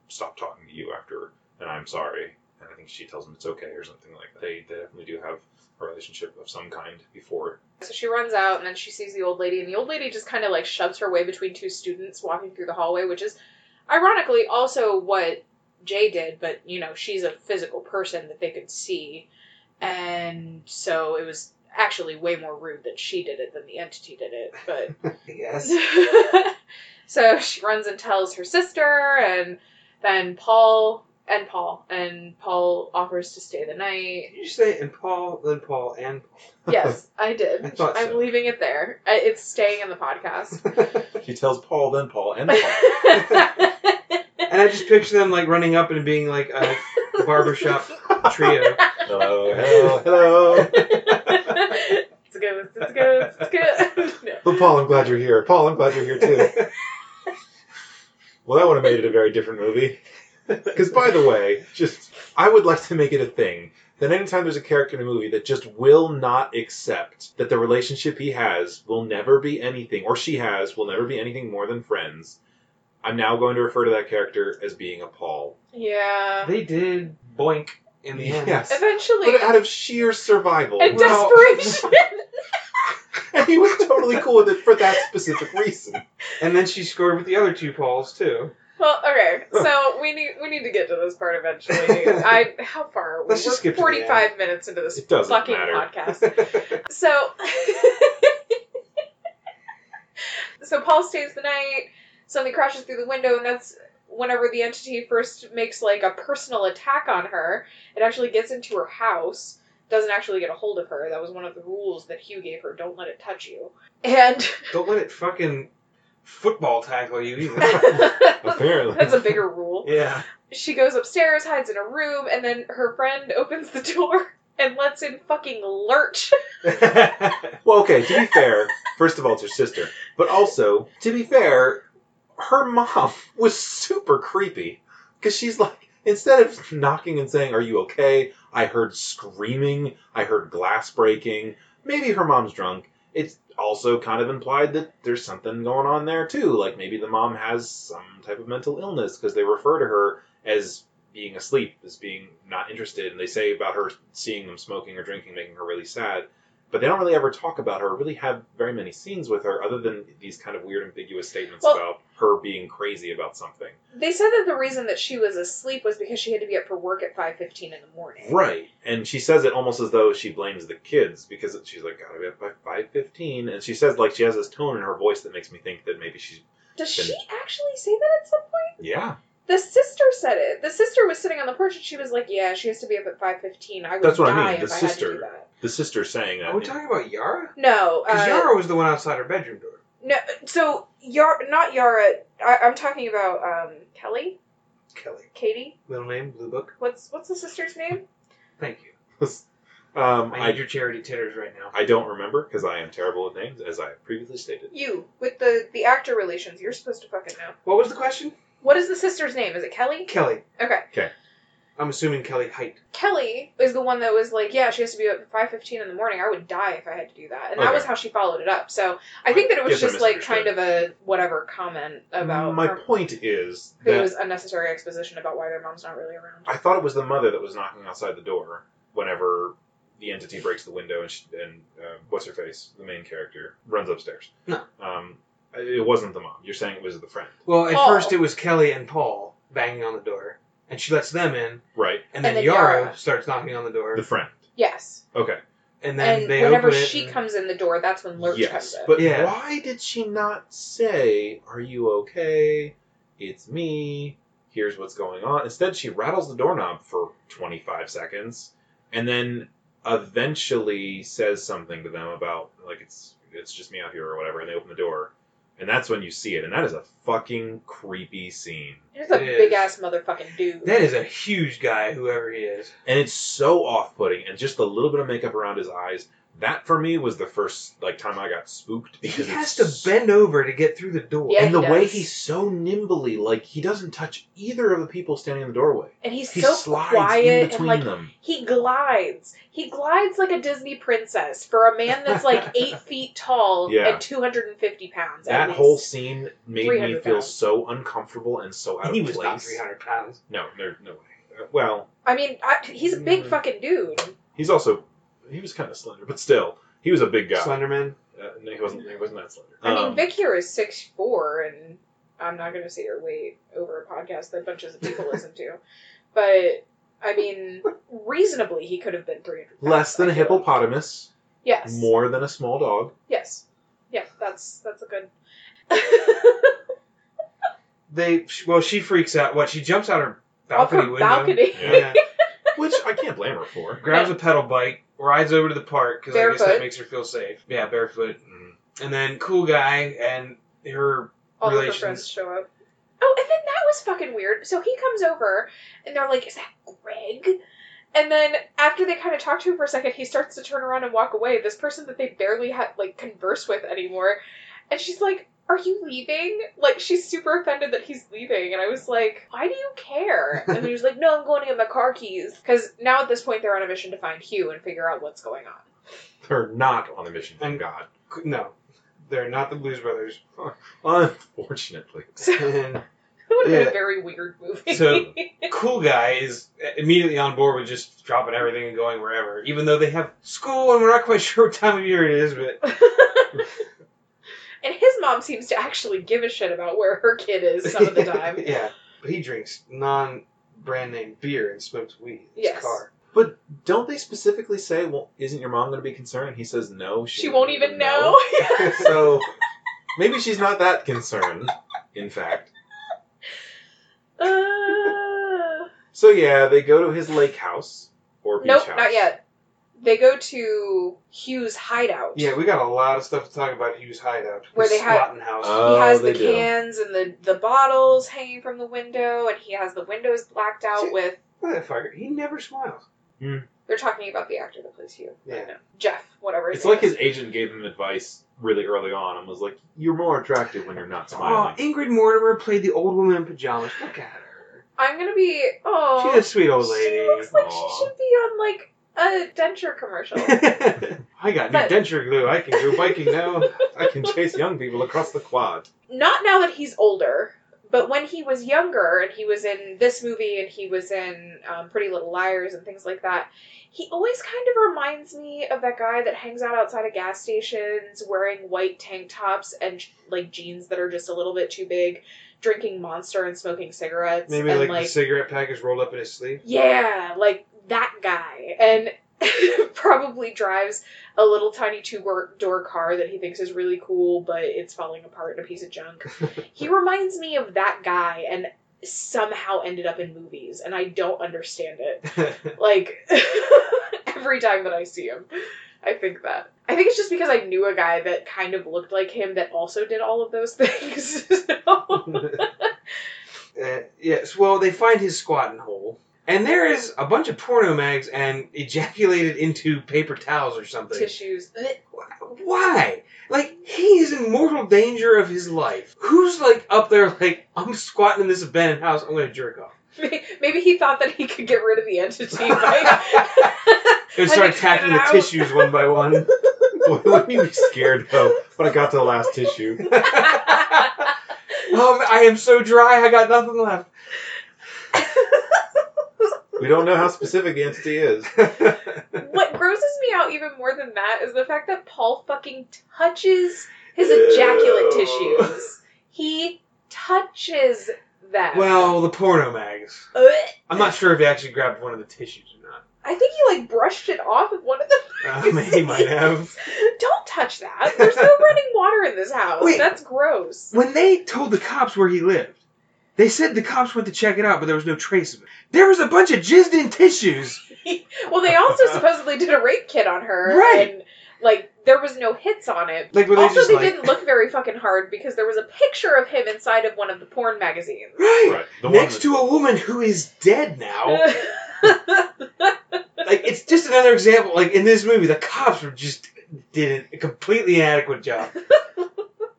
stopped talking to you after and I'm sorry. And I think she tells him it's okay or something like that. They, they definitely do have a relationship of some kind before.
So she runs out and then she sees the old lady and the old lady just kind of like shoves her way between two students walking through the hallway, which is ironically also what Jay did, but you know, she's a physical person that they could see. And so it was actually way more rude that she did it than the entity did it, but
Yes.
so she runs and tells her sister and then Paul and Paul and Paul offers to stay the night.
Did you say and Paul, then Paul, and
Yes, I did.
I thought
I'm
so.
leaving it there. I- It's staying in the podcast.
Paul?
He tells Paul, then Paul, and Paul.
and I just picture them like running up and being like a barbershop trio.
hello, hello, hello.
it's good. It's good. It's good.
Well, Paul, I'm glad you're here. Paul, I'm glad you're here too. Well, that would have made it a very different movie. Because, by the way, just I would like to make it a thing that anytime there's a character in a movie that just will not accept that the relationship he has will never be anything, or she has will never be anything more than friends, I'm now going to refer to that character as being a Paul.
yeah.
they did boink in the end.
Yes.
Eventually,
But out of sheer survival.
and
Well-
desperation.
And he was totally cool with it for that specific reason.
And then she scored with the other two Pauls too.
Well, okay, so we need we need to get to this part eventually. I how far? are we?
Let's just
We're
skip to the
forty five minutes into this
It doesn't
fucking
matter.
podcast. So, so Paul stays the night. Something crashes through the window, and that's whenever the entity first makes like a personal attack on her. It actually gets into her house. Doesn't actually get a hold of her. That was one of the rules that Hugh gave her: don't let it touch you. And
Don't let it fucking football tackle you either.
that's
Apparently.
a bigger rule.
yeah.
She goes upstairs, hides in a room, and then her friend opens the door and lets in fucking Lurch.
Well, okay, to be fair, first of all, it's her sister. But also, to be fair, her mom was super creepy. Because she's like, instead of knocking and saying, Are you okay? I heard screaming. I heard glass breaking. Maybe her mom's drunk. It's also kind of implied that there's something going on there, too. Like maybe the mom has some type of mental illness because they refer to her as being asleep, as being not interested. And they say about her seeing them smoking or drinking, making her really sad but they don't really ever talk about her, really have very many scenes with her, other than these kind of weird, ambiguous statements
Well-
about her being crazy about something.
They said that the reason that she was asleep was because she had to be up for work at five fifteen in the morning.
Right. And she says it almost as though she blames the kids because she's like, gotta be up by 5.15. And she says, like, she has this tone in her voice that makes me think that maybe she's,
Does she actually say that at some point?
yeah.
The sister said it. The sister was sitting on the porch and she was like, "Yeah, she has to be up at five fifteen. I would
That's what I
die
mean, the
if I
sister.
had to do that."
The sister's saying that.
Are we talking about Yara?
No,
Because
uh,
Yara was the one outside her bedroom door.
no. So Yara, not Yara. I, I'm talking about um, Kelly,
Kelly.
Katie.
Middle name, Blue Book.
What's what's the sister's name?
Thank you.
um,
I need
I,
your charity titters right now.
I don't remember because I am terrible with names, as I previously stated.
You with the the actor relations, you're supposed to fucking know.
What was the question?
What is the sister's name? Is it Kelly?
Kelly.
Okay.
Okay.
I'm assuming Kelly Height.
Kelly is the one that was like, yeah, she has to be up at five fifteen in the morning. I would die if I had to do that, and that
Okay.
was how she followed it up. So I think that it was
Guess I
just like kind of
misunderstood.
a whatever comment about
my
her-
point is
it
that
was unnecessary exposition about why their mom's not really around.
I thought it was the mother that was knocking outside the door whenever the entity breaks the window and, she, and uh, what's her face, the main character, runs upstairs.
No.
Um, it wasn't the mom. You're saying it was the friend,
Well, at
Paul.
first it was Kelly and Paul banging on the door, and she lets them in,
right?
and then,
then
Yara,
Yara.
starts knocking on the door,
The friend.
Yes,
Okay.
and then
and
they
whenever
open it.
she
and-
comes in the door, that's when Lurch comes
yes,
in.
but
Yeah.
why did she not say, "Are you okay? It's me. Here's what's going on." Instead, she rattles the doorknob for 25 seconds, and then eventually says something to them about like it's it's just me out here or whatever, and they open the door, and that's when you see it, and that is a fucking creepy scene,
He's a
It is.
big ass motherfucking dude.
that is a huge guy, whoever he is.
and it's so off-putting, and just a little bit of makeup around his eyes. That for me was the first like time I got spooked
He
because
has
it's
to bend over to get through the door.
Yeah,
and the
he
way
does.
he's so nimbly, like he doesn't touch either of the people standing in the doorway.
and he's
He
so
slides in
quiet and
between
like
them.
he glides. He glides like a Disney princess for a man that's like eight feet tall
Yeah.
and two hundred and fifty pounds. at
That
least.
whole scene made me
300
feel
pounds.
so uncomfortable and so out
he
of
was not
place.
300 pounds.
No, there, no way. Uh, Well,
I mean, I, he's a big
Mm.
fucking dude.
he's also he was kind of slender, but still, he was a big guy.
Slenderman.
Uh, no, he wasn't. He wasn't that slender.
I mean,
Um,
Vic here is six four, and I'm not going to say her weight over a podcast that bunches of people listen to, but I mean, reasonably, he could have been three hundred.
less than a hippopotamus,
Yes.
more than a small dog.
Yes. Yeah, that's that's a good.
They well, she freaks out. What? She jumps out her
Off
balcony
her
window.
balcony.
Yeah.
Yeah.
Which I can't blame her for.
Grabs a pedal bike, rides over to the park because I guess that
Barefoot.
makes her feel safe. Yeah, barefoot.
Mm.
And then cool guy and her.
all of her
relations.
friends show up. Oh, and then that was fucking weird. So he comes over, and they're like, "Is that Greg?" And then after they kind of talk to him for a second, he starts to turn around and walk away. This person that they barely had like converse with anymore, and she's like, "Are you leaving?" Like she's super offended that he's leaving, and I was like, "Why do you care?" And then he was like, "No, I'm going to get my car keys." Because now at this point, they're on a mission to find Hugh and figure out what's going on.
They're not on a mission from
And-
God,
No, they're not the Blues Brothers.
unfortunately.
So it
And
would have been
Yeah.
a very weird movie.
So- cool guy is immediately on board with just dropping everything and going wherever, even though they have school and we're not quite sure what time of year it is. But
And his mom seems to actually give a shit about where her kid is some of the time.
yeah, but he drinks non-brand name beer and smokes weed. in his
Yes.
car.
But don't they specifically say, "Well, isn't your mom going to be concerned?" He says, "No, she,
She won't even know.
know." so maybe she's not that concerned. In fact,
Uh,
so yeah, they go to his lake house or beach
nope,
house.
not yet. They go to Hugh's hideout.
Yeah, we got a lot of stuff to talk about Hughes Hideout.
Where they
His
had-
Slotten House.
Uh,
he has
Oh, they
the
do.
cans and the, the bottles hanging from the window, and he has the windows blacked out
See-
with.
Motherfucker, he never smiles.
They're talking about the actor that plays Hugh.
Yeah.
I know. Jeff, whatever.
It's
name
like
is.
his agent gave him advice really early on and was like, "You're more attractive when you're not
Oh,
smiling."
Ingrid Mortimer played the old woman in pajamas. Look at her.
I'm gonna be. Oh.
She's a sweet old lady.
She looks like
Aw.
she should be on like a denture commercial.
I got new
But-
denture glue. I can go biking now.
I can chase young people across the quad.
not now that he's older, but when he was younger and he was in this movie and he was in um, Pretty Little Liars and things like that, he always kind of reminds me of that guy that hangs out outside of gas stations wearing white tank tops and like jeans that are just a little bit too big, drinking Monster and smoking cigarettes.
Maybe
and,
like, the cigarette pack is rolled up in his sleeve.
yeah, like that guy. And probably drives a little tiny two door- door car that he thinks is really cool, but it's falling apart and a piece of junk. he reminds me of that guy and somehow ended up in movies, and I don't understand it. Like, every time that I see him, I think that. I think it's just because I knew a guy that kind of looked like him that also did all of those things. so.
Uh, yes, well, they find his squatting hole. And there is a bunch of porno mags and ejaculated into paper towels or something.
Tissues.
Why? Like, he is in mortal danger of his life. Who's, like, up there, like, I'm squatting in this abandoned house, I'm gonna jerk off.
May- Maybe he thought that he could get rid of the entity by.
It
I
started
think-
attacking the
Ow.
tissues one by one.
Boy, wouldn't you be scared though when I got to the last tissue?
Oh, I am so dry. I got nothing left.
We don't know how specific the entity is.
what grosses me out even more than that is the fact that Paul fucking touches his ejaculate
Ew.
tissues. He touches them.
well, the porno mags.
Ugh.
I'm not sure if he actually grabbed one of the tissues or not.
I think he like brushed it off of one of the.
Um, he might have.
Don't touch that. There's no running water in this house.
Wait.
That's gross.
When they told the cops where he lived, they said the cops went to check it out, but there was no trace of it. There was a bunch of jizzed in tissues.
Well, they also supposedly did a rape kit on her,
Right.
And like there was no hits on it.
Like, were they
also,
just
they
like,
didn't look very fucking hard because there was a picture of him inside of one of the porn magazines.
right,
Right. The one
next
that-
to a woman who is dead now? like, it's just another example. Like in this movie, the cops were just did a completely inadequate job.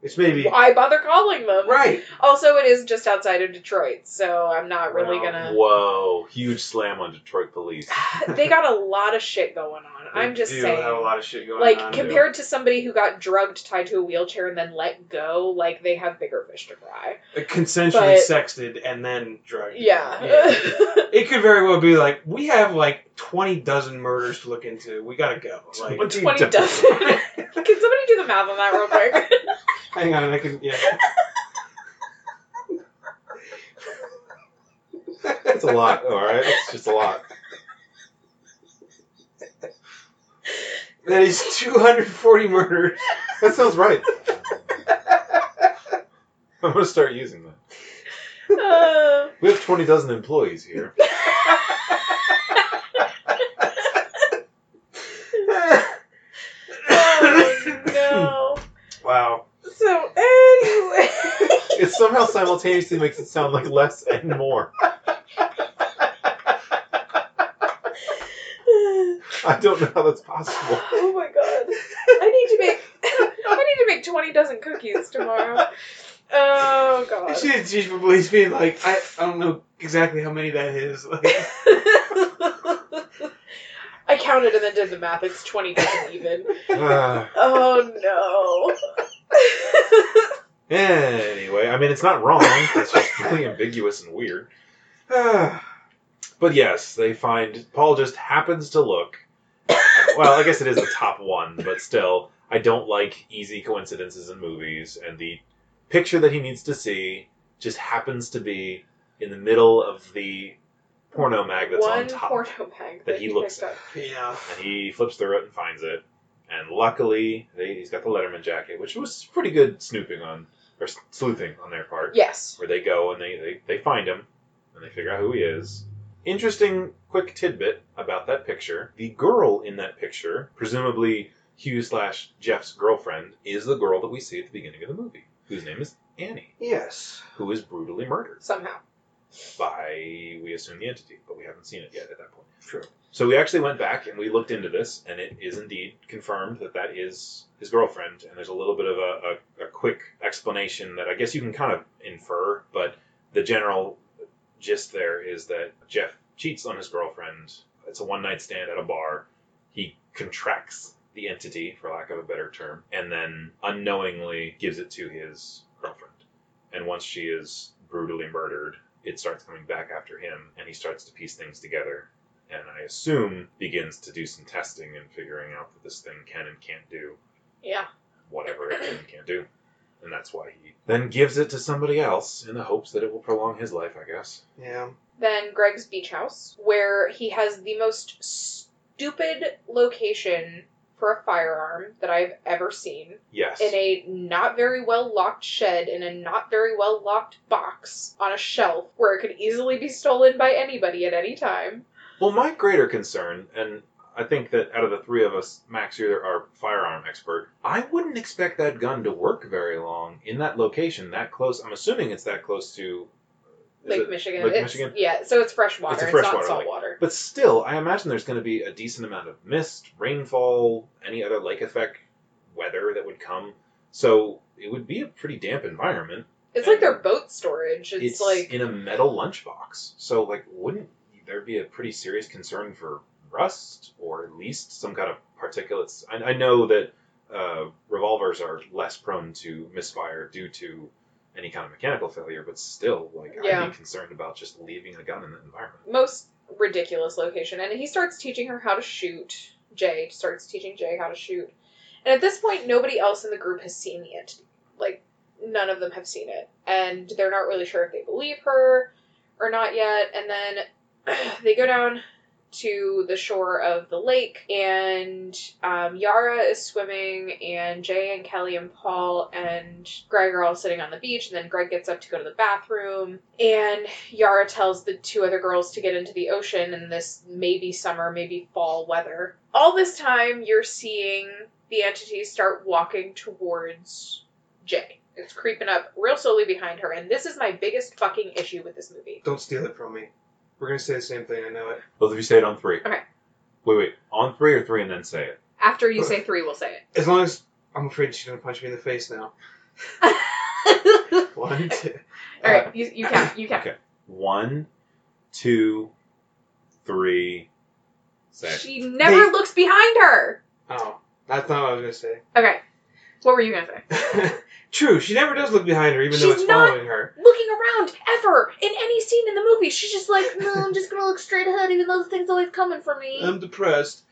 It's maybe
Why bother calling them?
right.
Also, it is just outside of Detroit, so I'm not really
Wow.
gonna.
Whoa! Huge slam on Detroit police.
they got a lot of shit going on. I'm just
They do
saying.
Have a lot of shit going
like
on.
compared to somebody who got drugged, tied to a wheelchair, and then let go, like they have bigger fish to fry.
consensually
but-
sexted and then drugged.
Yeah.
It could very well be like we have like twenty dozen murders to look into. We gotta go. Like,
20 dozen. Can somebody do the math on that real quick?
hang on, I can. Yeah,
That's a lot. All right, it's just a lot.
that is two hundred forty murders.
That sounds right. I'm gonna start using that.
Uh,
We have twenty dozen employees here.
oh no.
wow.
So anyway,
It somehow simultaneously makes it sound like less and more. I don't know how that's possible.
oh my god, I need to make I need to make twenty dozen cookies tomorrow. Oh god.
She did teach for police being like, I, I don't know exactly how many that is. Like,
I counted and then did the math. It's twenty dozen even.
Ah.
Oh no.
anyway, I mean it's not wrong. It's just really ambiguous and weird. But yes, they find Paul just happens to look. Well, I guess it is the top one, but still, I don't like easy coincidences in movies, and the picture that he needs to see just happens to be in the middle of the porno mag that's
One
on top.
porno bag
that he looks
picked
at.
up.
yeah.
And he flips through it and finds it. And luckily, they, he's got the Letterman jacket, which was pretty good snooping on, or s- sleuthing on their part
Yes.
where they go and they, they, they find him and they figure out who he is. Interesting quick tidbit about that picture. The girl in that picture, presumably Hugh slash Jeff's girlfriend, is the girl that we see at the beginning of the movie, whose name is Annie,
Yes.
who is brutally murdered
Somehow.
by, we assume, the entity, but we haven't seen it yet at that point.
True.
So we actually went back and we looked into this, and it is indeed confirmed that that is his girlfriend. And there's a little bit of a, a, a quick explanation that I guess you can kind of infer, but the general gist there is that Jeff cheats on his girlfriend. It's a one night stand at a bar. He contracts the entity, for lack of a better term, and then unknowingly gives it to his girlfriend. And once she is brutally murdered, it starts coming back after him, and he starts to piece things together and I assume begins to do some testing and figuring out that this thing can and can't do
Yeah.
whatever it can and can't do. And that's why he then gives it to somebody else in the hopes that it will prolong his life, I guess.
Yeah.
Then Greg's beach house, where he has the most stupid location for a firearm that I've ever seen.
Yes.
in a not very well locked shed in a not very well locked box on a shelf where it could easily be stolen by anybody at any time.
Well, my greater concern, and I think that out of the three of us, Max, you're our firearm expert. I wouldn't expect that gun to work very long in that location, that close. I'm assuming it's that close to. is
Lake
it-
Michigan.
Lake
it's,
Michigan?
Yeah, so it's fresh water. It's,
It's a fresh
not
water
salt
lake.
water.
But still, I imagine there's going to be a decent amount of mist, rainfall, any other lake effect weather that would come. So it would be a pretty damp environment.
It's like their boat storage. It's,
It's
like
in a metal lunchbox. So like, wouldn't there be a pretty serious concern for rust or at least some kind of particulates? I, I know that uh, revolvers are less prone to misfire due to any kind of mechanical failure, but still, like, I'd
Yeah.
be concerned about just leaving a gun in that environment.
most ridiculous location. And he starts teaching her how to shoot. Jay starts teaching Jay how to shoot. And at this point, nobody else in the group has seen it. Like, none of them have seen it. And they're not really sure if they believe her or not yet. And then they go down to the shore of the lake, and um, Yara is swimming, and Jay and Kelly and Paul and Greg are all sitting on the beach. And then Greg gets up to go to the bathroom, and Yara tells the two other girls to get into the ocean in this maybe summer, maybe fall weather. All this time, you're seeing the entities start walking towards Jay. It's creeping up real slowly behind her, and this is my biggest fucking issue with this movie.
Don't steal it from me. We're gonna say the same thing. I know it.
Both of you say it on three.
Okay.
Wait, wait. On three or three and then say it.
After you say three, we'll say
As long as I'm afraid she's gonna punch me in the face now.
it.
One, two.
All right, you, you count. You count.
Okay. One, two, three. Say it.
She never
They-
looks behind her.
Oh, that's not what I was gonna say.
Okay, what were you gonna say?
True, she never does look behind her, even though
She's
it's
not-
following her.
Looking around ever in any scene in the movie, she's just like, no, I'm just gonna look straight ahead, even though the thing's always coming for me.
I'm depressed.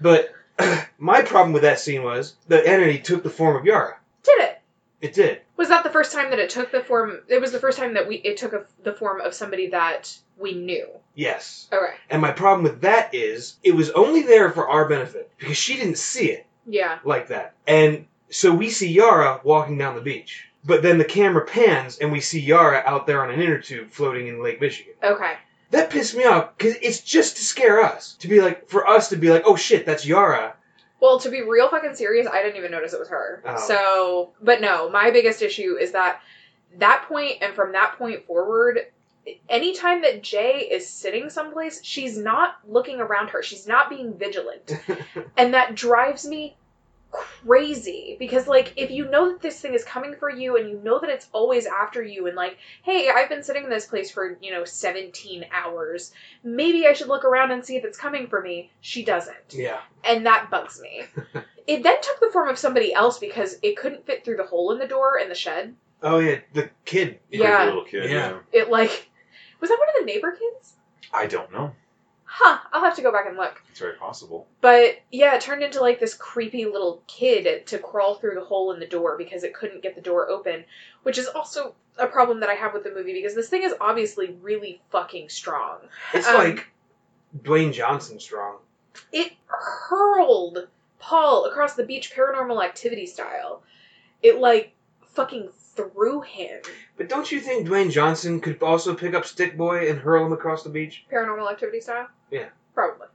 But my problem with that scene was the entity took the form of Yara.
Did it?
It did.
Was that the first time that it took the form? It was the first time that we it took a, the form of somebody that we knew.
Yes.
Okay.
And my problem with that is it was only there for our benefit because she didn't see it
Yeah.
like that. And so we see Yara walking down the beach. But then the camera pans and we see Yara out there on an inner tube floating in Lake Michigan.
Okay.
That pissed me off because it's just to scare us. To be like, for us to be like, oh shit, that's Yara.
Well, to be real fucking serious, I didn't even notice it was her.
Oh.
So, but no, my biggest issue is that that point and from that point forward, anytime that Jay is sitting someplace, she's not looking around her. She's not being vigilant. and that drives me crazy because like if you know that this thing is coming for you and you know that it's always after you and like hey i've been sitting in this place for you know 17 hours maybe i should look around and see if it's coming for me she doesn't
Yeah.
and that bugs me. it then took the form of somebody else because it couldn't fit through the hole in the door in the shed.
Oh yeah, the kid.
Yeah.
Little
Yeah.
kid, yeah.
It like was that one of the neighbor kids?
I don't know.
Huh, I'll have to go back and look.
It's very possible.
But yeah, it turned into like this creepy little kid to crawl through the hole in the door because it couldn't get the door open, which is also a problem that I have with the movie because this thing is obviously really fucking strong.
It's
Um,
like Dwayne Johnson strong.
It hurled Paul across the beach paranormal activity style. It like fucking threw him.
But don't you think Dwayne Johnson could also pick up Stick Boy and hurl him across the beach?
paranormal activity style?
Yeah. Mm-hmm.
Probably.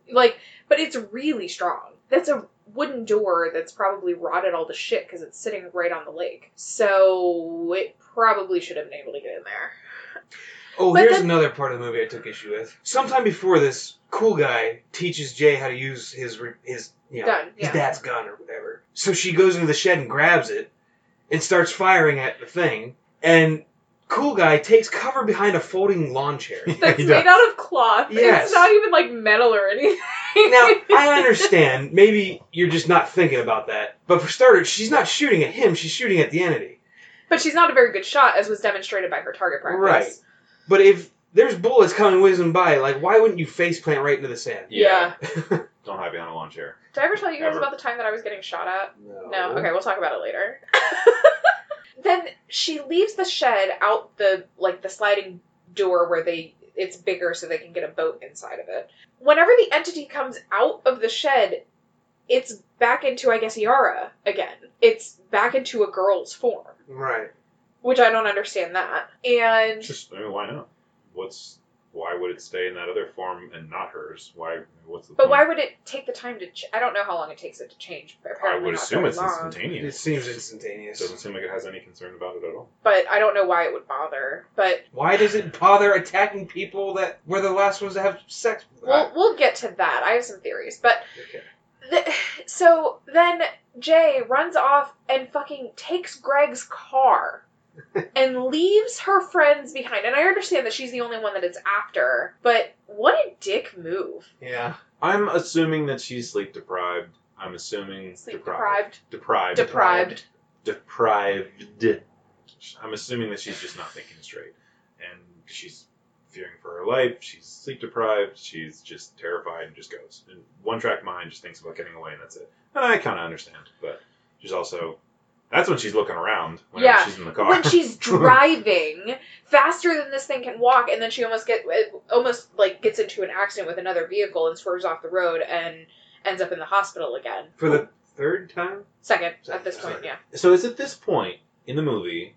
like, but it's really strong. That's a wooden door that's probably rotted all to shit because it's sitting right on the lake. So it probably should have been able to get in there.
Oh,
But
here's
then-
another part of the movie I took issue with. Sometime before this, cool guy teaches Jay how to use his re- his you know,
Gun,
his
yeah.
dad's gun or whatever. So she goes into the shed and grabs it and starts firing at the thing. And cool guy takes cover behind a folding lawn chair.
That's
He
made
does.
out of cloth.
Yes.
It's not even like metal or anything.
now I understand. Maybe you're just not thinking about that. But for starters, she's not shooting at him. She's shooting at the entity.
But she's not a very good shot, as was demonstrated by her target practice.
Right. But if there's bullets coming whizzing by, like why wouldn't you face plant right into the sand?
Yeah.
Don't hide behind a lawn chair.
Did I ever tell you guys
Ever.
about the time that I was getting shot at? No. Okay, we'll talk about it later. then she leaves the shed out the like the sliding door where they it's bigger so they can get a boat inside of it. Whenever the entity comes out of the shed, it's back into I guess Yara again. It's back into a girl's form,
Right.
which I don't understand that. And
Just, I mean, why not? What's why would it stay in that other form and not hers? Why? What's the
but
point?
why would it take the time to? Ch- I don't know how long it takes it to change. But
I
apparently
would
not
assume
very
it's
long.
It
instantaneous.
seems
It
instantaneous.
doesn't seem like it has any concern about it at all.
But I don't know why it would bother. But
Why does it bother attacking people that were the last ones to have sex? with?
Uh,
we'll we'll get to that. I have some theories, but
Okay.
The, so then Jay runs off and fucking takes Greg's car. and leaves her friends behind. And I understand that she's the only one that it's after, but what a dick move.
Yeah.
I'm assuming that she's sleep deprived. I'm assuming
Sleep
deprived.
deprived,
Deprived.
deprived.
deprived. I'm assuming that she's just not thinking straight. And she's fearing for her life. She's sleep deprived. She's just terrified and just goes. And one track mind just thinks about getting away and that's it. And I kind of understand. But she's also. That's when she's looking around. Whenever
Yeah.
she's in the car.
When she's driving faster than this thing can walk, and then she almost get uh, almost like gets into an accident with another vehicle and swerves off the road and ends up in the hospital again.
For the third time?
Second at this point, yeah.
so it's at this point in the movie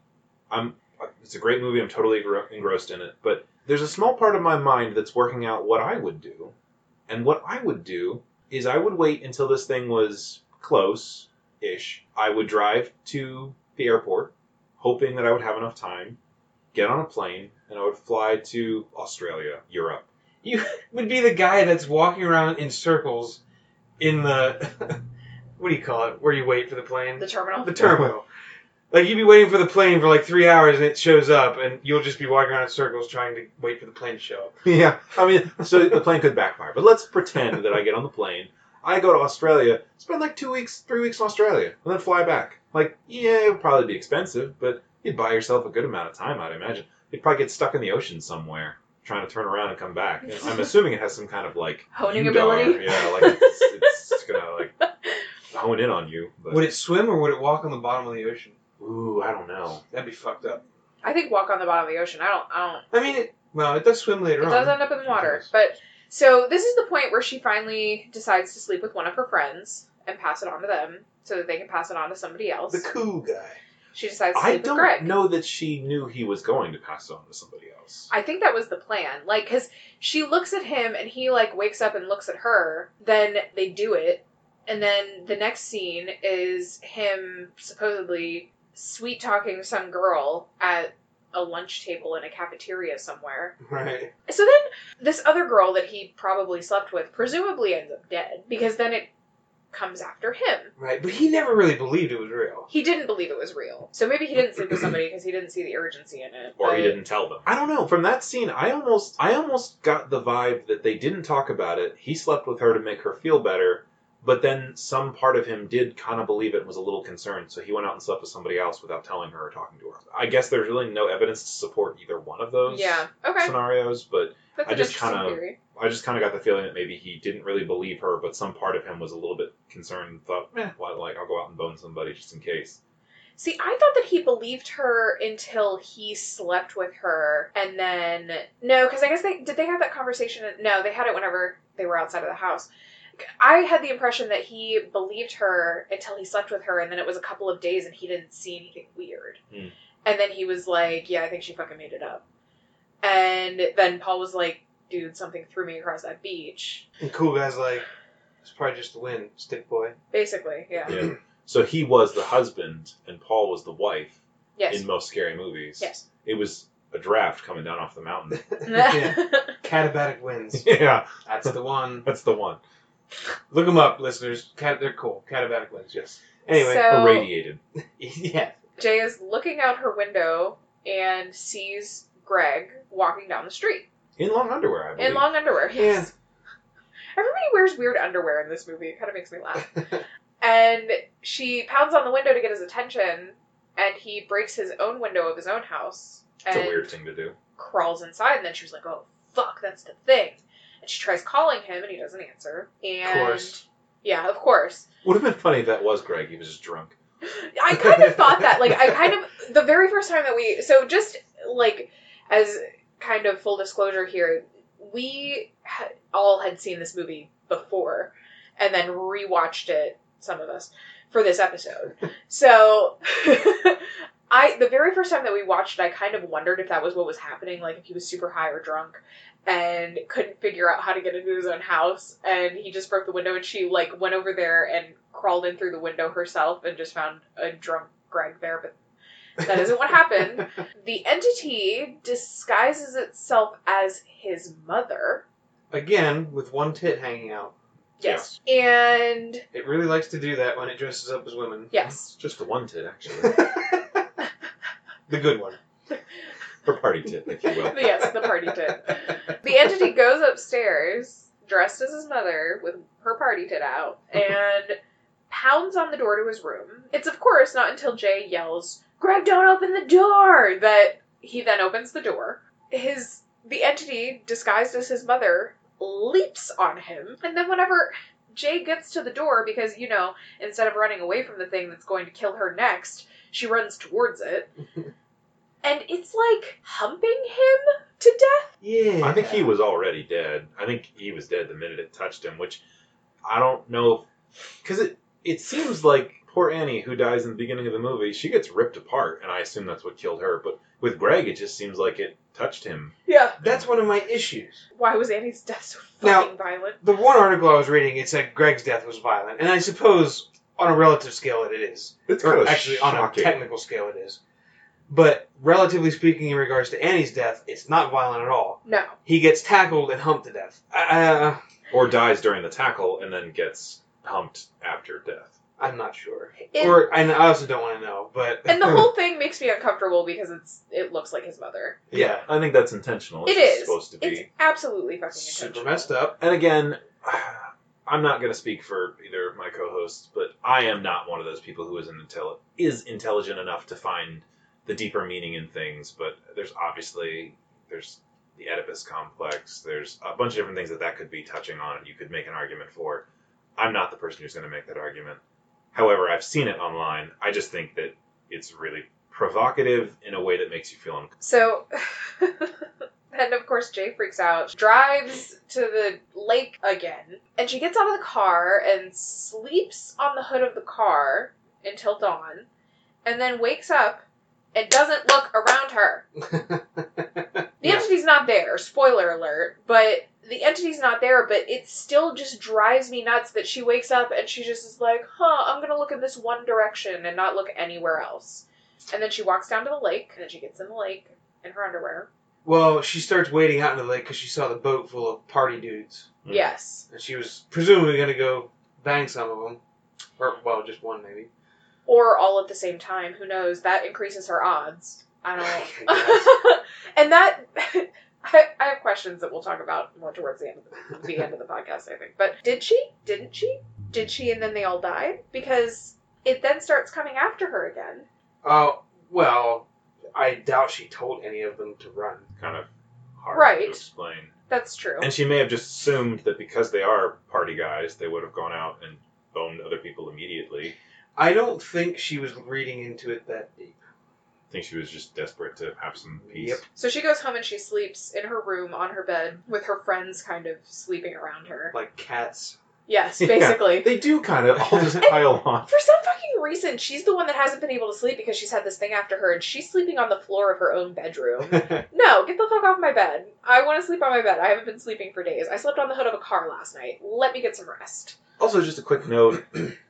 i'm it's a great movie i'm totally engro- engrossed in it but there's a small part of my mind that's working out what i would do and what i would do is i would wait until this thing was close ish i would drive to the airport hoping that i would have enough time get on a plane and i would fly to australia europe
Would be the guy that's walking around in circles in the. what do you call it? Where you wait for the plane?
The terminal.
the terminal. Like you'd be waiting for the plane for like three hours and it shows up and you'll just be walking around in circles trying to wait for the plane to show up.
yeah i mean so the plane could backfire but let's pretend that i get on the plane i go to australia spend like two weeks three weeks in australia and then fly back like yeah it would probably be expensive but you'd buy yourself a good amount of time i'd imagine you'd probably get stuck in the ocean somewhere trying to turn around and come back And i'm assuming it has some kind of like
Honing
UDAR.
ability?
yeah like it's, it's gonna like hone in on you but
Would it swim or would it walk on the bottom of the ocean?
ooh i don't know
That'd be fucked up.
I think walk on the bottom of the ocean. I don't. I don't.
I mean, it, well, it does swim later
It
on.
does end up in the water. But so this is the point where she finally decides to sleep with one of her friends and pass it on to them so that they can pass it on to somebody else.
The cool guy.
She decides to
i
sleep with Greg.
don't know that she knew he was going to pass it on to somebody else
I think that was the plan. Like, because she looks at him and he, like, wakes up and looks at her. Then they do it. And then the next scene is him supposedly sweet talking some girl at a lunch table in a cafeteria somewhere.
Right.
So then this other girl that he probably slept with presumably ends up dead because then it comes after him.
Right. But he never really believed it was real.
He didn't believe it was real. So maybe he didn't sleep with somebody because he didn't see the urgency in it.
or
but-
he didn't tell them. I don't know. From that scene, I almost I almost got the vibe that they didn't talk about it. He slept with her to make her feel better, but then some part of him did kind of believe it and was a little concerned, so he went out and slept with somebody else without telling her or talking to her. I guess there's really no evidence to support either one of those
Yeah. Okay.
scenarios, but
That's
I
an
just
interesting
kinda-
theory.
I just kind of got the feeling that maybe he didn't really believe her, but some part of him was a little bit concerned, thought, eh, well, like I'll go out and bone somebody just in case.
See, I thought that he believed her until he slept with her, and then no, because I guess they did they have that conversation. No, they had it whenever they were outside of the house. I had the impression that he believed her until he slept with her, and then it was a couple of days, and he didn't see anything weird.
Hmm.
And then he was like, "Yeah, I think she fucking made it up." And then Paul was like, "Dude, something threw me across that beach."
And cool guy's like, it's probably just the wind, stick boy.
Basically, yeah.
Yeah. So he was the husband and Paul was the wife
Yes.
in most scary movies.
yes.
it was a draft coming down off the mountain.
Catabatic winds.
yeah,
That's the one.
that's the one.
Look them up, listeners. Cat, they're cool. Catabatic winds.
Yes,
Anyway.
So- Oh.
irradiated.
yeah.
Jay is looking out her window and sees Greg walking down the street
in long underwear. I believe.
in long underwear. Yes. Everybody wears weird underwear in this movie. It kind of makes me laugh. and she pounds on the window to get his attention, and he breaks his own window of his own house
it's
and
a weird thing to do.
crawls inside. And then she was like, "Oh fuck, that's the thing." And she tries calling him, and he doesn't answer. And
course.
yeah, of course.
Would have been funny if that was Greg. He was just drunk.
I kind of thought that. Like, I kind of the very first time that we so just like as kind of full disclosure here, we ha- all had seen this movie before, and then rewatched it. Some of us for this episode. So. I the very first time that we watched it, I kind of wondered if that was what was happening, like if he was super high or drunk, and couldn't figure out how to get into his own house and he just broke the window and she like went over there and crawled in through the window herself and just found a drunk greg there but that isn't what happened the entity disguises itself as his mother
Again, with one tit hanging out.
yes and
It really likes to do that when it dresses up as women.
yes
Just the one tit, actually.
The good one.
for party tip, if you will.
yes, the party tit. The entity goes upstairs, dressed as his mother, with her party tit out, and pounds on the door to his room. It's, of course, not until Jay yells, Greg, don't open the door! that he then opens the door. His The entity, disguised as his mother, leaps on him, and then whenever. Jay gets to the door because, you know, instead of running away from the thing that's going to kill her next, she runs towards it. and it's like humping him to death.
Yeah.
I think he was already dead. I think he was dead the minute it touched him, which I don't know because it it seems like poor Annie who dies in the beginning of the movie, she gets ripped apart, and I assume that's what killed her. But with Greg, it just seems like it touched him.
Yeah.
That's one of my issues.
Why was Annie's death so
Now-
fucking violent?
The one article I was reading, it said Greg's death was violent, and I suppose on a relative scale it is.
It's
Or actually, on a technical scale it is. But relatively speaking, in regards to Annie's death, it's not violent at all.
No.
He gets tackled and humped to death. Uh,
or dies during the tackle and then gets humped after death.
I'm not sure.
It-
or and I also don't want to know. But
and the whole thing makes me uncomfortable because it's it looks like his mother.
yeah,
I think that's intentional.
It
It's just
is.
supposed to be.
It's absolutely fucking
super
intentional.
messed up.
And again, I'm not going to speak for either of my co-hosts, but I am not one of those people who is an intelli- is intelligent enough to find the deeper meaning in things. But there's obviously there's the Oedipus complex. There's a bunch of different things that that could be touching on, and you could make an argument for. I'm not the person who's going to make that argument. However, I've seen it online. I just think that it's really provocative in a way that makes you feel uncomfortable.
So and of course Jay freaks out, drives to the lake again, and she gets out of the car and sleeps on the hood of the car until dawn, and then wakes up and doesn't look around her. The
Yeah.
entity's not there, spoiler alert, but the entity's not there, but it still just drives me nuts that she wakes up and she just is like, huh, I'm gonna look in this one direction and not look anywhere else. And then she walks down to the lake, and then she gets in the lake in her underwear.
Well, she starts wading out into the lake because she saw the boat full of party dudes,
Mm.
Yes.
and she was presumably going to go bang some of them, or well, just one maybe.
Or all at the same time, who knows? That increases her odds. I
Yes.
don't. and that. I, I have questions that we'll talk about more towards the end of the, the end of the podcast, I think. But did she? Didn't she? Did she? And then they all died because it then starts coming after her again.
Uh, well, I doubt she told any of them to run.
Kind of hard
Right.
to explain.
That's true.
And she may have just assumed that because they are party guys, they would have gone out and boned other people immediately.
I don't think she was reading into it that deep.
I think she was just desperate to have some peace.
Yep.
so she goes home and she sleeps in her room on her bed with her friends kind of sleeping around her.
Like cats.
Yes,
Yeah.
basically.
They do kind of all just pile on.
For some fucking reason, she's the one that hasn't been able to sleep because she's had this thing after her, and she's sleeping on the floor of her own bedroom. no, get the fuck off my bed. I want to sleep on my bed. I haven't been sleeping for days. I slept on the hood of a car last night. Let me get some rest.
Also, just a quick note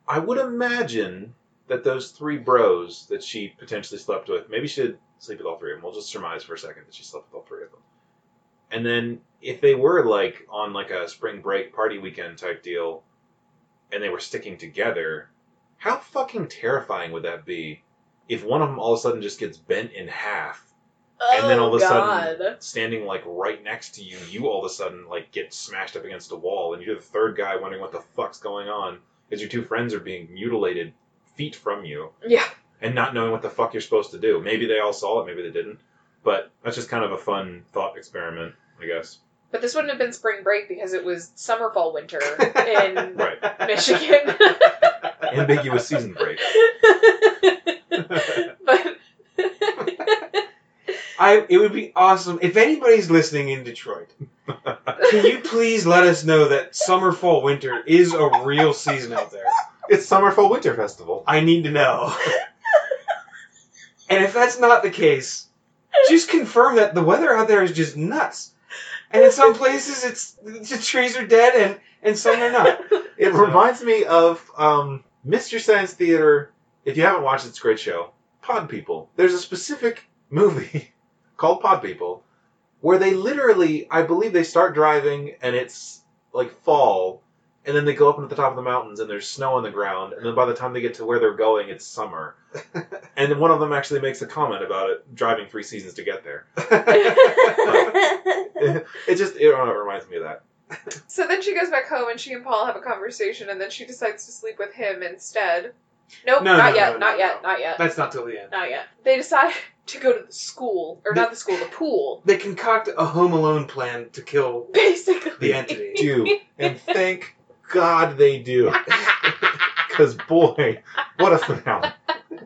I would imagine that those three bros that she potentially slept with, maybe she did sleep with all three of them. We'll just surmise for a second that she slept with all three of them. And then if they were like on like a spring break party weekend type deal and they were sticking together, how fucking terrifying would that be if one of them all of a sudden just gets bent in half and then
Oh,
all of a
God.
sudden standing like right next to you you all of a sudden like get smashed up against a wall and you're the third guy wondering what the fuck's going on because your two friends are being mutilated feet from you
Yeah.
and not knowing what the fuck you're supposed to do maybe they all saw it maybe they didn't but that's just kind of a fun thought experiment i guess
But this wouldn't have been spring break because it was summer, fall, winter in
right
Michigan.
ambiguous season break
but
I. It would be awesome if anybody's listening in Detroit. Can you please let us know that summer, fall, winter is a real season out there?
it's summer fall winter festival
I need to know. and if that's not the case, just confirm that the weather out there is just nuts. And in some places, it's the trees are dead, and and some are not.
It reminds me of um, Mr. Science Theater. If you haven't watched it, it's a great show. Pod People. There's a specific movie called Pod People where they literally, I believe, they start driving and it's like fall, and then they go up into the top of the mountains and there's snow on the ground, and then by the time they get to where they're going, it's summer. And one of them actually makes a comment about it driving three seasons to get there. It just it uh, reminds me of that.
so then she goes back home and she and Paul have a conversation and then she decides to sleep with him instead. Nope,
No,
not,
no,
yet,
no, no,
not yet,
no.
not yet,
That's not till the end.
not yet. They decide to go to the school, or not the school, the pool,
They concoct a Home Alone plan to kill
basically.
the entity.
Do and thank God they do, because boy, what a finale!
they go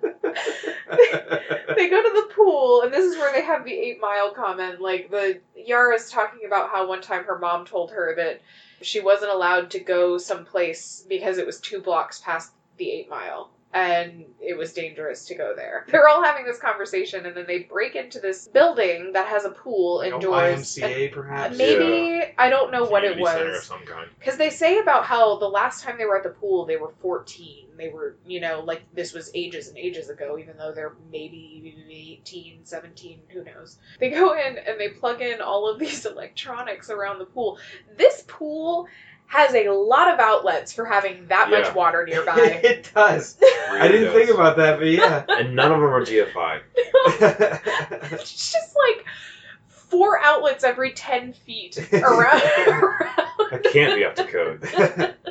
to the pool, and this is where they have the eight mile comment. Like the Yara's talking about how one time her mom told her that she wasn't allowed to go someplace because it was two blocks past the eight mile. And it was dangerous to go there. They're all having this conversation, and then they break into this building that has a pool
Like a
indoors. and-
YMCA,
uh,
perhaps.
maybe I don't know what it
Community center of
was.
some kind.
Because they say about how the last time they were at the pool, they were 14. They were, you know, like this was ages and ages ago, even though they're maybe 18, 17, who knows. They go in and they plug in all of these electronics around the pool. This pool has a lot of outlets for having that
Yeah.
much water nearby.
it does. I didn't think about that, but yeah.
And none of them are GFI.
it's just like four outlets every 10 feet around.
I can't be up to code.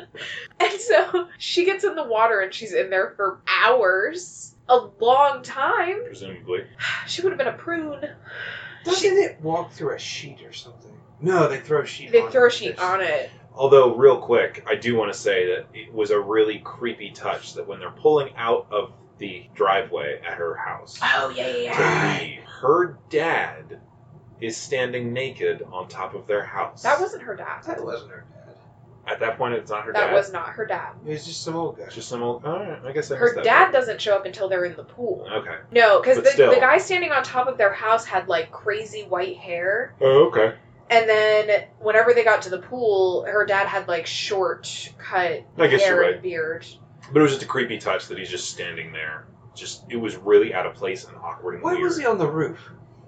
And so she gets in the water and she's in there for hours. A long time.
Presumably,
She would have been a prune.
Doesn't it walk through a sheet or something? No, they throw a sheet.
They
on
throw a
it.
sheet on it.
Although, real quick, I do want to say that it was a really creepy touch that when they're pulling out of the driveway at her house,
Oh, yeah, yeah,
to leave, her dad is standing naked on top of their house.
That wasn't her dad.
That wasn't her dad.
at that point. It's not her
That
dad.
was not her dad.
It was just some old guy.
It's just some old. All right, I guess I
Her
missed that
dad doesn't show up until they're in the pool.
part. Okay.
No, because
But
the,
still.
the guy standing on top of their house had like crazy white hair.
Oh, okay.
And then whenever they got to the pool, her dad had like short cut
I guess
hair
you're
and beard.
But it was just a creepy touch that he's just standing there. Just it was really out of place and awkward and
Why
weird.
was he on the roof?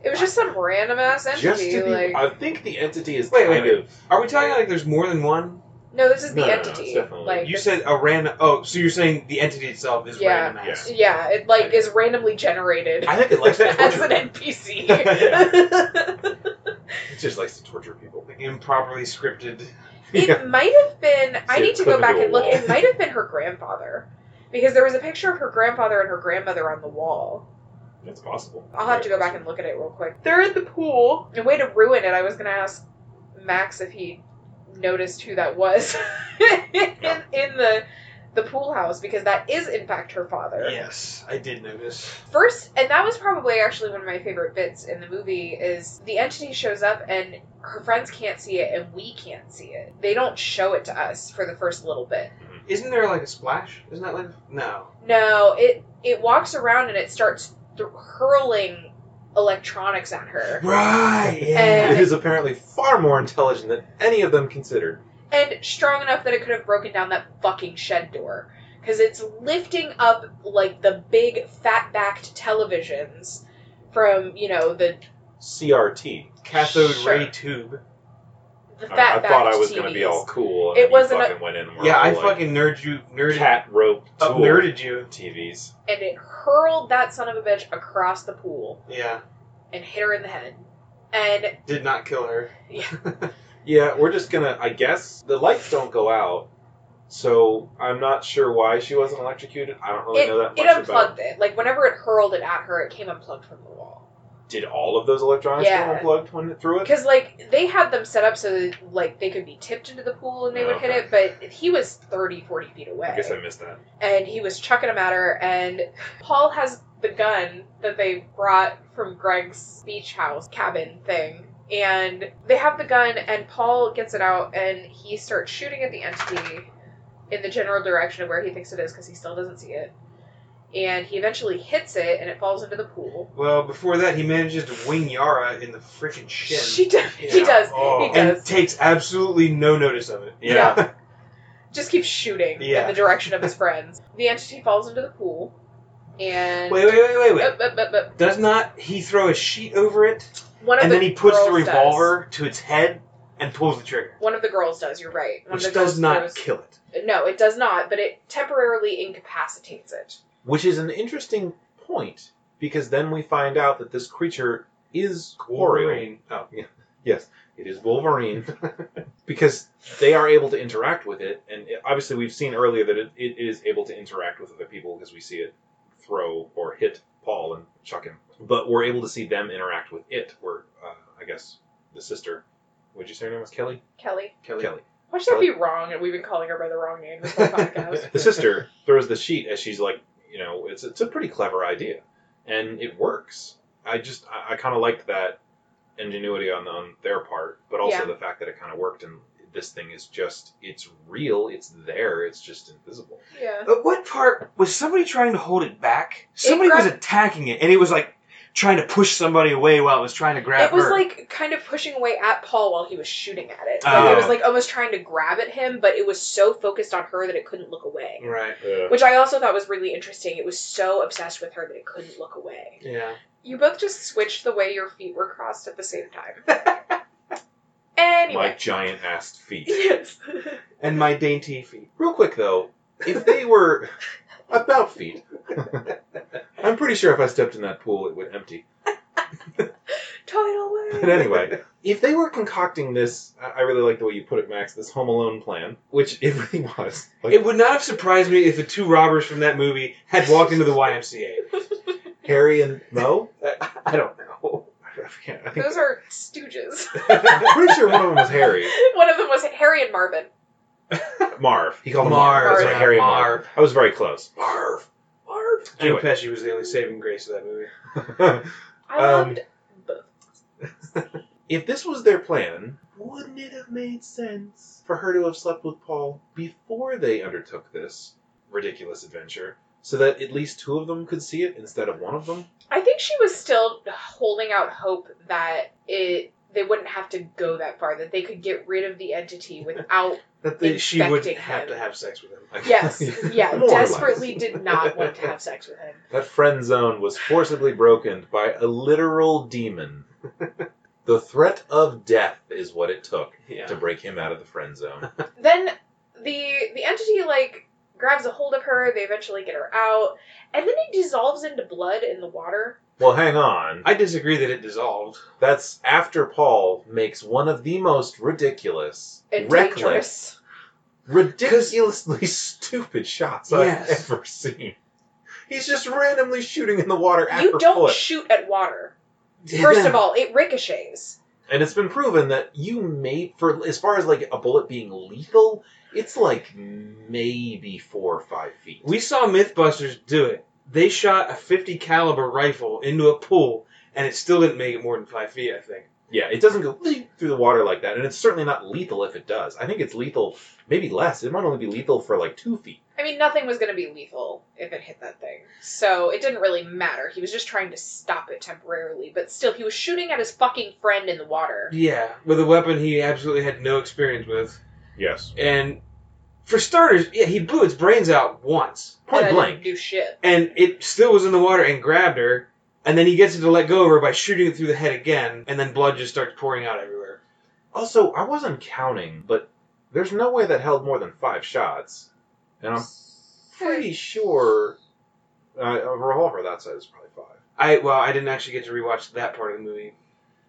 It was just some random ass entity.
Just to be,
like,
I think the entity is
Wait, wait,
kind of.
Are we talking like there's more than one?
no, this is
No,
the
no, no, it's
entity.
definitely-
like
You said a random. Oh, so you're saying the entity itself is
Yeah.
random ass.
Yeah, it like is randomly generated
I think it likes to
as
torture.
an NPC.
It just likes to torture people.
Like improperly scripted.
Yeah.
It might have been. I
So
need
it
to go
couldn't
back
be a
and look.
wall.
It might have been her grandfather, because there was a picture of her grandfather and her grandmother on the wall.
It's possible.
I'll have to go back and look at it real quick. They're at the pool. And way to ruin it. I was gonna ask Max if he noticed who that was in, in the the pool house because that is in fact her father.
Yes, I did notice.
First, and that was probably actually one of my favorite bits in the movie is the entity shows up and her friends can't see it and we can't see it. They don't show it to us for the first little bit.
Isn't there like a splash? Isn't that like no?
No, it it walks around and it starts th- hurling electronics at her.
Right.
yeah.
It is apparently far more intelligent than any of them considered.
and strong enough that it could have broken down that fucking shed door because it's lifting up like the big fat backed televisions from you know the
CRT.
Cathode
Sure.
ray tube.
the
All right,
fat
I thought I
backed
was
TVs.
gonna be all cool.
It
And it
wasn't
wasn't.
a-
You fucking went in. And were
Yeah,
all
I
like,
fucking nerd you, nerded,
cat rope
up
tool
nerded you.
TVs.
and it hurled that son of a bitch across the pool
Yeah,
and hit her in the head and
did not kill her.
Yeah, we're just gonna. I guess the lights don't go out, so I'm not sure why she wasn't electrocuted. I don't really
it,
know that much
it
about.
unplugged it like whenever it hurled it at her it came unplugged from the wall
Did all of those electronics
Yeah.
get unplugged when it threw it?
because like they had them set up so that like they could be tipped into the pool and they would
Oh, Okay.
hit it but he was 30 40 feet away
I guess I missed that.
and he was chucking them at her. And Paul has the gun that they brought from Greg's beach house cabin thing. And they have the gun, and Paul gets it out and he starts shooting at the entity in the general direction of where he thinks it is because he still doesn't see it. And he eventually hits it and it falls into the pool.
Well, before that, he manages to wing Yara in the freaking shin.
She does. He
Yeah.
does.
Oh.
He
and
does.
takes absolutely no notice of it.
Yeah.
Just keeps shooting in
Yeah.
the direction of his friends. The entity falls into the pool. And.
Wait, wait, wait, wait, wait.
Up, up, up, up.
Does not he throw a sheet over it,
One of
and
the
then he puts the
girls does.
revolver to its head and pulls the trigger,
One of the girls does. You're right. One of
which
the girls
does not
throws-
kill it.
No, it does not. But it temporarily incapacitates it.
Which is an interesting point because then we find out that this creature is Wolverine.
Wolverine. Oh,
Yes, it is Wolverine because they are able to interact with it, and it- obviously we've seen earlier that it, it is able to interact with other people because we see it throw or hit Paul and chuck him. But we're able to see them interact with it. Where uh, I guess the sister. Would you say her name was Kelly?
Kelly.
Kelly.
Kelly.
Why should that be wrong? And we've been calling her by the wrong name this whole podcast.
The sister throws the sheet as she's like, you know, it's it's a pretty clever idea, and it works. I just I, I kind of liked that ingenuity on on their part, but also
Yeah.
the fact that it kind of worked. And this thing is just it's real, it's there, it's just invisible.
yeah.
But what part was somebody trying to hold it back? Somebody was
grabbed-
attacking it, and it was like trying to push somebody away while it was trying to grab
It was
her.
like kind of pushing away at Paul while he was shooting at it. Like
Oh.
it was like almost trying to grab at him, but it was so focused on her that it couldn't look away.
right.
Which I also thought was really interesting. It was so obsessed with her that it couldn't look away.
Yeah.
You both just switched the way your feet were crossed at the same time. anyway.
My giant ass feet.
Yes.
And my dainty feet.
Real quick though, if they were about feet, I'm pretty sure if I stepped in that pool, it would empty.
Tidal wave.
But anyway, if they were concocting this, I I really like the way you put it, Max. This Home Alone plan, which it really was. Like,
It would not have surprised me if the two robbers from that movie had walked into the YMCA.
Harry and Mo.
I, I don't know.
I forget. I think
Those are stooges.
I'm pretty sure one of them was Harry.
One of them was Harry and Marvin.
Marv. He called him
Marv,
Marv. That's right,
yeah,
Harry and Marv.
Marv.
I was very close.
Marv. Marv. Joe
Anyway.
Pesci was the only saving grace of that movie.
I
Um,
loved both.
if this was their plan, wouldn't it have made sense for her to have slept with Paul before they undertook this ridiculous adventure, so that at least two of them could see it instead of one of them?
I think she was still holding out hope that it they wouldn't have to go that far, that they could get rid of the entity without
That they, she would
Infecting
have
him.
to have sex with him.
I
Yes. Yeah,
More or less.
desperately did not want to have sex with him.
That friend zone was forcibly broken by a literal demon. the threat of death is what it took to
Yeah.
break him out of the friend zone.
Then the the entity like grabs a hold of her, they eventually get her out, and then it dissolves into blood in the water.
well, hang on.
I disagree that it dissolved.
That's after Paul makes one of the most ridiculous,
And
reckless,
dangerous.
ridiculously stupid shots
Yes.
I've ever seen. He's just randomly shooting in the water at
You
her
don't
foot.
shoot at water. First of all, it ricochets.
and it's been proven that you may, for as far as like a bullet being lethal, it's like maybe four or five feet.
We saw Mythbusters do it. They shot a 50 caliber rifle into a pool, and it still didn't make it more than five feet. I think.
Yeah, it doesn't go leap through the water like that, and it's certainly not lethal if it does. I think it's lethal, maybe less. It might only be lethal for like two feet.
I mean, nothing was going to be lethal if it hit that thing. So it didn't really matter. He was just trying to stop it temporarily. But still, he was shooting at his fucking friend in the water.
Yeah, with a weapon he absolutely had no experience with,
Yes.
and for starters, yeah, he blew its brains out once,
And
Point
I
blank.
Didn't do shit.
and it still was in the water and grabbed her, and then he gets it to let go of her by shooting it through the head again, and then blood just starts pouring out everywhere.
Also, I wasn't counting, but there's no way that held more than five shots. And I'm pretty sure uh, a revolver that size is probably five.
I well, I didn't actually get to rewatch that part of the movie.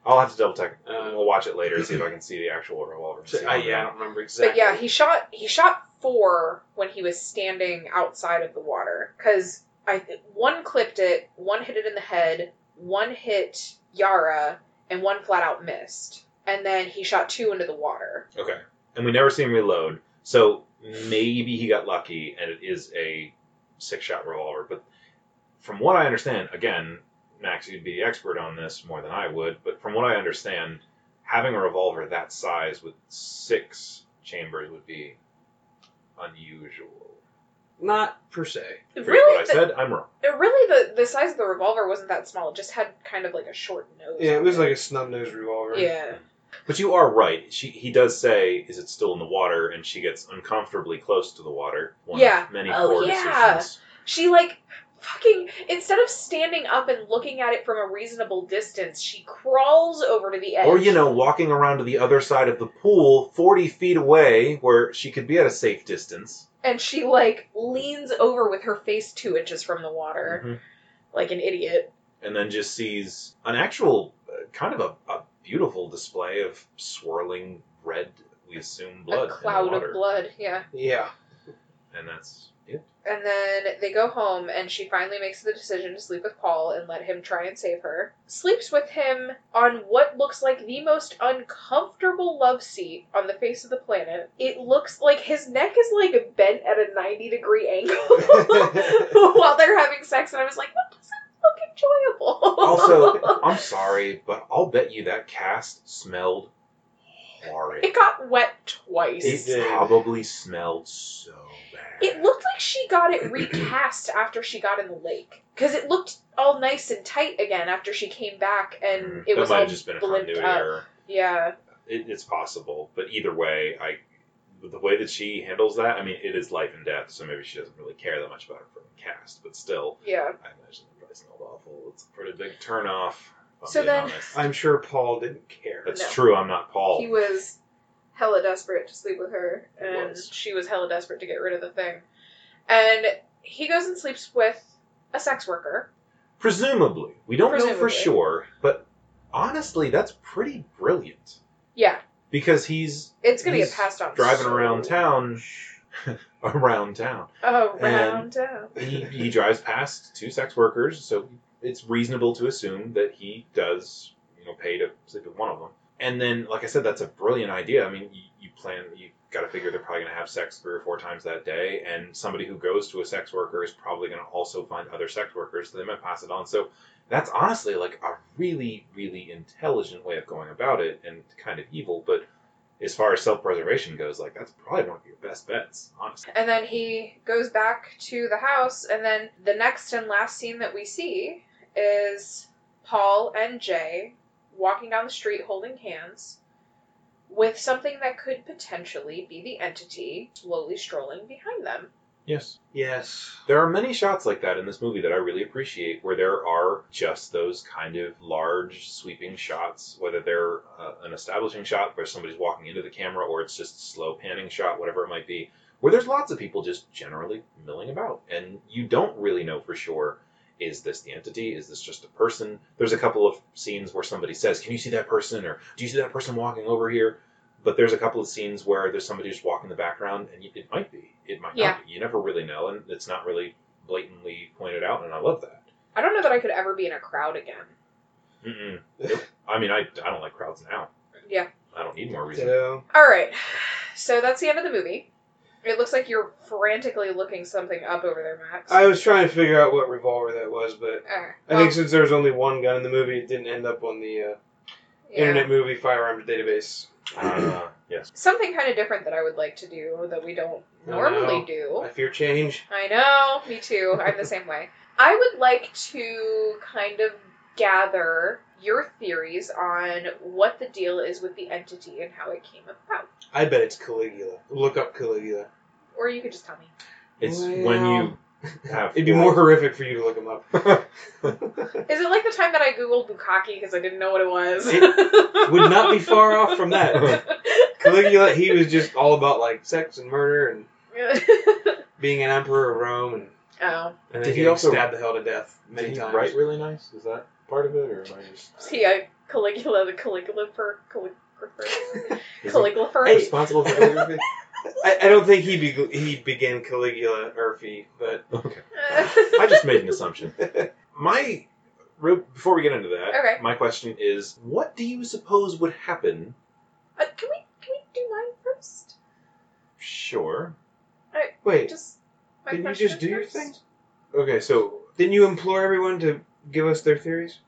I'll have to double check.
Uh,
we'll watch it later and see if I can see the actual revolver.
So, I, yeah, I don't remember exactly.
But yeah, he shot. He shot four when he was standing outside of the water because I th- one clipped it, one hit it in the head, one hit Yara, and one flat out missed. And then he shot two into the water.
Okay. And we never see him reload, so maybe he got lucky and it is a six shot revolver. But from what I understand, again, Max, you'd be the expert on this more than I would, but from what I understand, having a revolver that size with six chambers would be unusual.
not per se.
Forget
Really,
what I
the-
said, I'm wrong.
It really the the size of the revolver wasn't that small. It just had kind of like a short nose.
Yeah, it
on
was like a snub nosed revolver.
yeah.
But you are right. She he does say, "Is it still in the water?" And she gets uncomfortably close to the water. One of
Yeah.
many
Oh,
poor
yeah.
decisions.
She like fucking instead of standing up and looking at it from a reasonable distance, she crawls over to the edge.
Or, you know, walking around to the other side of the pool, 40 feet away, where she could be at a safe distance.
and she like leans over with her face two inches from the water.
Mm-hmm.
like an idiot.
and then just sees an actual uh, kind of a, a beautiful display of swirling red, we assume, blood. in
a
the
cloud
water.
of blood, yeah.
Yeah.
And that's it.
And then they go home, and she finally makes the decision to sleep with Paul and let him try and save her. Sleeps with him on what looks like the most uncomfortable love seat on the face of the planet. It looks like his neck is like bent at a 90 degree angle while they're having sex, and I was like, that doesn't look enjoyable.
Also, I'm sorry, but I'll bet you that cast smelled horrid.
it got wet twice.
It
did.
probably smelled so bad.
It looked like she got it recast after she got in the lake. Because it looked all nice and tight again after she came back and
Mm,
it
that
was
might
all
have just been a
blipped
continuity
up.
error.
Yeah.
It, it's possible, but either way, I the way that she handles that, I mean, it is life and death, so maybe she doesn't really care that much about her from the cast, but still,
Yeah.
I imagine it probably smelled awful. It's a pretty big turnoff. if I'm
So
being
then-
honest.
I'm sure Paul didn't care.
that's
No.
true. I'm not Paul.
He was hella desperate to sleep with her
Oh. He
and
was.
she was hella desperate to get rid of the thing. And he goes and sleeps with a sex worker.
Presumably, we don't know for
Presumably.
sure, but honestly, that's pretty brilliant
Yeah.
because he's
It's going to get
He's
passed on.
driving
so-
around town, around town.
Oh, Around town.
he, he drives past two sex workers, so it's reasonable to assume that he does, you know, pay to sleep with one of them. And then, like I said, that's a brilliant idea. I mean, you, you plan, you got to figure they're probably going to have sex three or four times that day, and somebody who goes to a sex worker is probably going to also find other sex workers, so they might pass it on. So that's honestly like a really, really intelligent way of going about it, and kind of evil, but as far as self preservation goes, like that's probably one of your best bets, honestly.
And then he goes back to the house, and then the next and last scene that we see is Paul and Jay walking down the street holding hands with something that could potentially be the entity slowly strolling behind them.
Yes.
yes.
There are many shots like that in this movie that I really appreciate, where there are just those kind of large, sweeping shots, whether they're uh, an establishing shot where somebody's walking into the camera, or it's just a slow panning shot, whatever it might be, where there's lots of people just generally milling about, and you don't really know for sure. Is this the entity? Is this just a person? There's a couple of scenes where somebody says, Can you see that person? Or Do you see that person walking over here? But there's a couple of scenes where there's somebody just walking in the background, and it might be. It might
Yeah.
not be. You never really know, and it's not really blatantly pointed out, and I love that.
I don't know that I could ever be in a crowd again.
Mm-mm. Nope. I mean, I, I don't like crowds now.
Yeah.
I don't need more reason.
Ditto.
All right, so that's the end of the movie. It looks like you're frantically looking something up over there, Max.
I was trying to figure out what revolver that was, but
All right.
I think since there was only one gun in the movie, it didn't end up on the uh,
yeah.
Internet Movie Firearms Database.
Uh, yes.
Something kind of different that I would like to do that we don't
I
normally
know.
do.
I fear change.
I know, me too. I'm the same way. I would like to kind of gather your theories on what the deal is with the entity and how it came about.
I bet it's Caligula. Look up Caligula.
Or you could just tell me.
It's when
Well.
you have.
It'd be more horrific for you to look them up.
Is it like the time that I googled bukkake because I didn't know what it was?
Would not be far off from that. Caligula, he was just all about like sex and murder and being an emperor of Rome, and,
oh,
and then
Did he
getting
also-
stabbed the hell to death many
Did he
times.
write really nice? Is that part of it, or am I just
is he a Caligula, the Caligulafer, Caligulafer,
Is he
Caligulafer?
Hey.
responsible for calligraphy?
I, I don't think he be, he began Caligula Urfi, but
okay.
Uh,
I just made an assumption. My real- before we get into that,
Okay.
my question is: What do you suppose would happen?
Uh, can we can we do mine first?
Sure.
wait,
Just my
Did you
question
just do your
first?
thing?
Okay, so
didn't you implore everyone to give us their theories?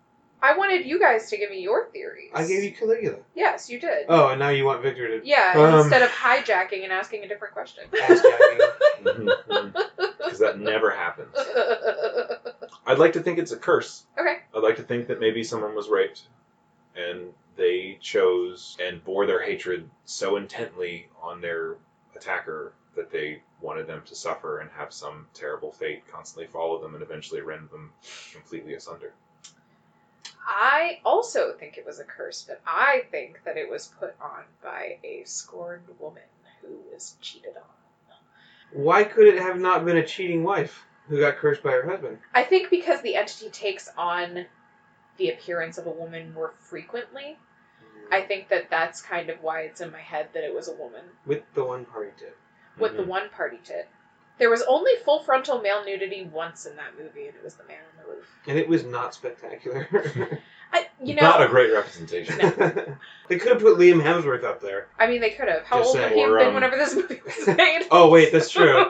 I wanted you guys to give me your theories.
I gave you Caligula.
Yes, you did.
Oh, and now you want Victor to
yeah,
Um.
instead of hijacking and asking a different question.
ass jacking.
because Mm-hmm, that never happens. I'd like to think it's a curse.
Okay.
I'd like to think that maybe someone was raped and they chose and bore their hatred so intently on their attacker that they wanted them to suffer and have some terrible fate constantly follow them and eventually rend them completely asunder.
I also think it was a curse, but I think that it was put on by a scorned woman who was cheated on.
Why could it have not been a cheating wife? who got cursed by her husband.
I think because the entity takes on the appearance of a woman more frequently, I think that that's kind of why it's in my head that it was a woman
with the one party tip.
with
Mm-hmm.
the one party tit. There was only full frontal male nudity once in that movie, and it was the man on the roof.
And it was not spectacular.
I, you know,
Mm-hmm. Not a great representation.
they could have put Liam Hemsworth up there.
I mean, they could have. How
Just
old would
saying.
he have
Or,
been
um,
whenever this movie was made?
Oh wait, that's true.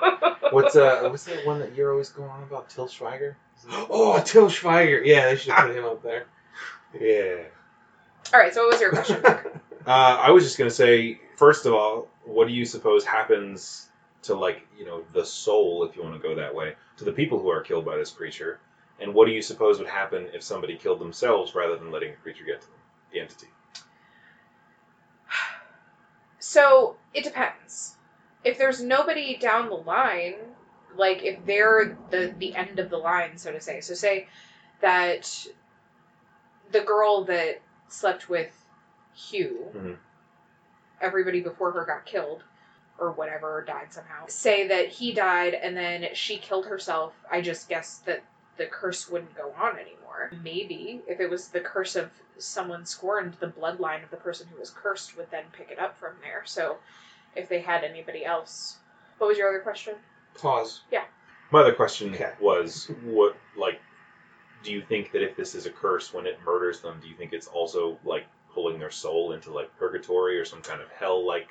What's uh? What's that one that you're always going on about? Till Schweiger.
Oh, Till Schweiger. Yeah, they should have put him up there.
yeah.
All right, so what was your question?
Uh, I was just gonna say, first of all, what do you suppose happens to like you know the soul, if you want to go that way, to the people who are killed by this creature, and what do you suppose would happen if somebody killed themselves rather than letting the creature get to them, the entity?
So it depends. If there's nobody down the line, like if they're the the end of the line, so to say. So say that the girl that slept with Hugh,
Mhm.
everybody before her got killed or whatever, or died somehow. Say that he died and then she killed herself. I just guess that the curse wouldn't go on anymore. Maybe if it was the curse of someone scorned, the bloodline of the person who was cursed would then pick it up from there. So if they had anybody else. What was your other question?
Pause.
My other question
Okay.
was, what like, do you think that if this is a curse, when it murders them, do you think it's also like pulling their soul into like purgatory or some kind of hell like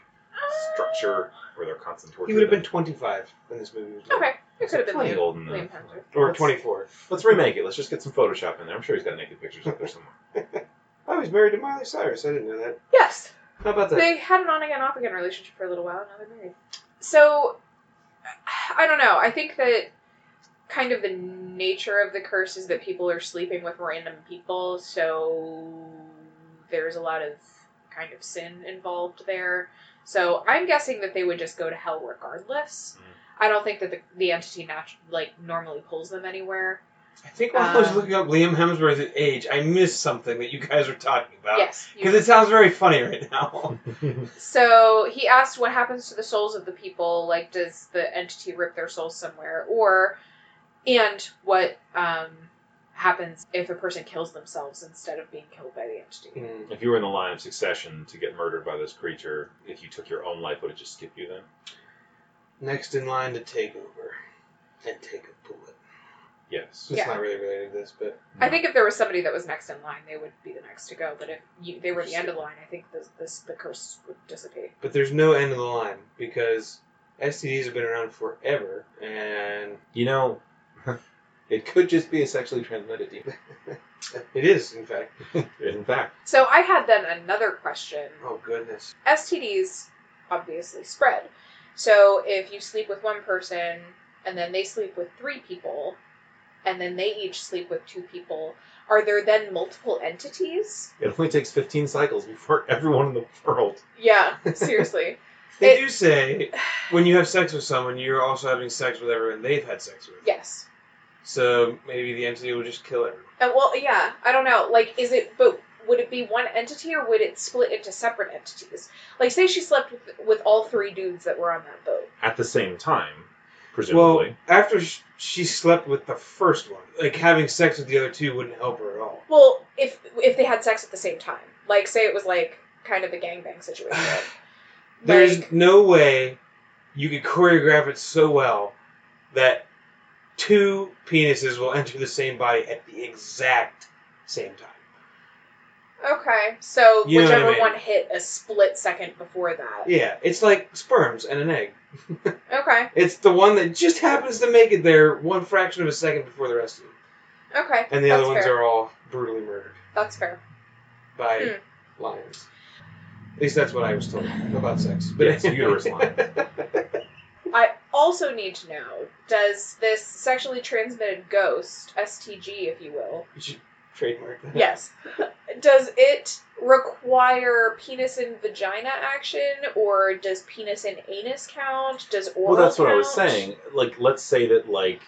structure where they're constantly tortured?
He would have been 25 when this movie was made.
Okay. It could have been
plenty
Liam,
old enough.
Liam Hemsworth.
Or
Let's-
24.
Let's remake it. Let's just get some Photoshop in there. I'm sure he's got naked pictures up there somewhere.
I was married to Miley Cyrus. I didn't know that.
Yes.
How about that?
They had an on again, off again relationship for a little while, and now they're married. So, I don't know. I think that kind of the nature of the curse is that people are sleeping with random people, so there's a lot of kind of sin involved there. So I'm guessing that they would just go to hell regardless.
Mm.
I don't think that the, the entity natu- like normally pulls them anywhere.
I think while I was
Um,
looking up Liam Hemsworth's age, I missed something that you guys were talking about.
yes, you-
Because it sounds very funny right now.
So he asked what happens to the souls of the people. Like, does the entity rip their souls somewhere? Or, and what um, happens if a person kills themselves instead of being killed by the entity?
Hmm.
if you were in the line of succession to get murdered by this creature, if you took your own life, would it just skip you then?
Next in line to take over and take a bullet.
Yes.
It's
Yeah.
not really related to this, but
I think if there was somebody that was next in line, they would be the next to go. But if you, they were the end of the line, I think this, this the curse would dissipate.
but there's no end of the line because STDs have been around forever, and
you know. It could just be a sexually transmitted demon.
it is in fact.
In fact,
So I had then another question.
Oh goodness.
STDs obviously spread. So if you sleep with one person and then they sleep with three people and then they each sleep with two people, are there then multiple entities?
it only takes 15 cycles before everyone in the world.
Yeah, seriously.
They
It-
do say when you have sex with someone, you're also having sex with everyone they've had sex with.
yes.
So maybe the entity will just kill everyone.
And well, yeah, I don't know. Like, is it, but would it be one entity or would it split into separate entities? Like, say she slept with, with all three dudes that were on that boat.
At the same time, presumably.
Well, after sh- she slept with the first one, like having sex with the other two wouldn't help her at all.
Well, if if they had sex at the same time, like, say it was like kind of the gangbang situation.
There's
Like-
no way you could choreograph it so well that two penises will enter the same body at the exact same time.
Okay, so
You know what I
whichever
mean.
one hit a split second before that.
Yeah, it's like sperms and an egg.
Okay,
It's the one that just happens to make it there one fraction of a second before the rest of them.
okay.
And the
That's
other ones
fair.
are all brutally murdered
That's fair.
by lions. At least that's what I was told about sex. But
Yes, uterus lion.
I also need to know: Does this sexually transmitted ghost (STG), if you will,
You should trademark that.
yes, does it require penis and vagina action, or does penis and anus count? Does oral?
Well, that's what I was
count?
saying. Like, let's say that like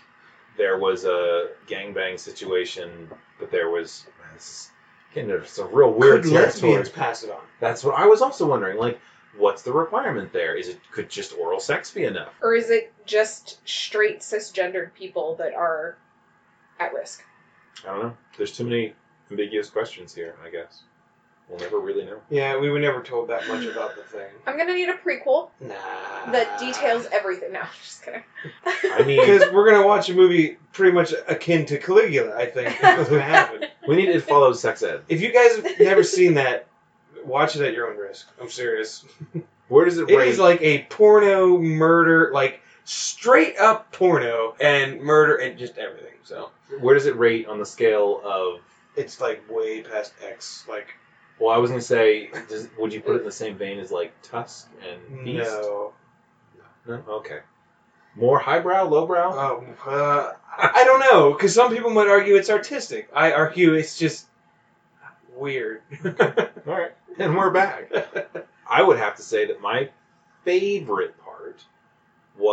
there was a gangbang situation, but there was this is getting into some real weird
Could
territory.
lesbians pass it on?
That's what I was also wondering. Like, what's the requirement there? Is it could just oral sex be enough?
Or is it just straight cisgendered people that are at risk?
I don't know. There's too many ambiguous questions here. I guess we'll never really know.
Yeah, we were never told that much about the thing.
I'm gonna need a prequel
Nah.
that details everything. No, I'm just kidding.
I need
Because we're gonna watch a movie pretty much akin to Caligula. I think is what's gonna happen.
we need it follows sex ed.
If you guys have never seen that, watch it at your own risk. I'm serious.
Where does it,
It
rate?
is like a porno murder, like straight up porno and murder and just everything. So
Where does it rate on the scale of?
it's like way past X. Like
Well, I was gonna say, does, would you put it in the same vein as like Tusk and Beast?
no.
No? Okay. More highbrow, lowbrow.
Um, uh, I don't know, because some people might argue it's artistic. I argue it's just weird.
All right, and we're back. I would have to say that my favorite part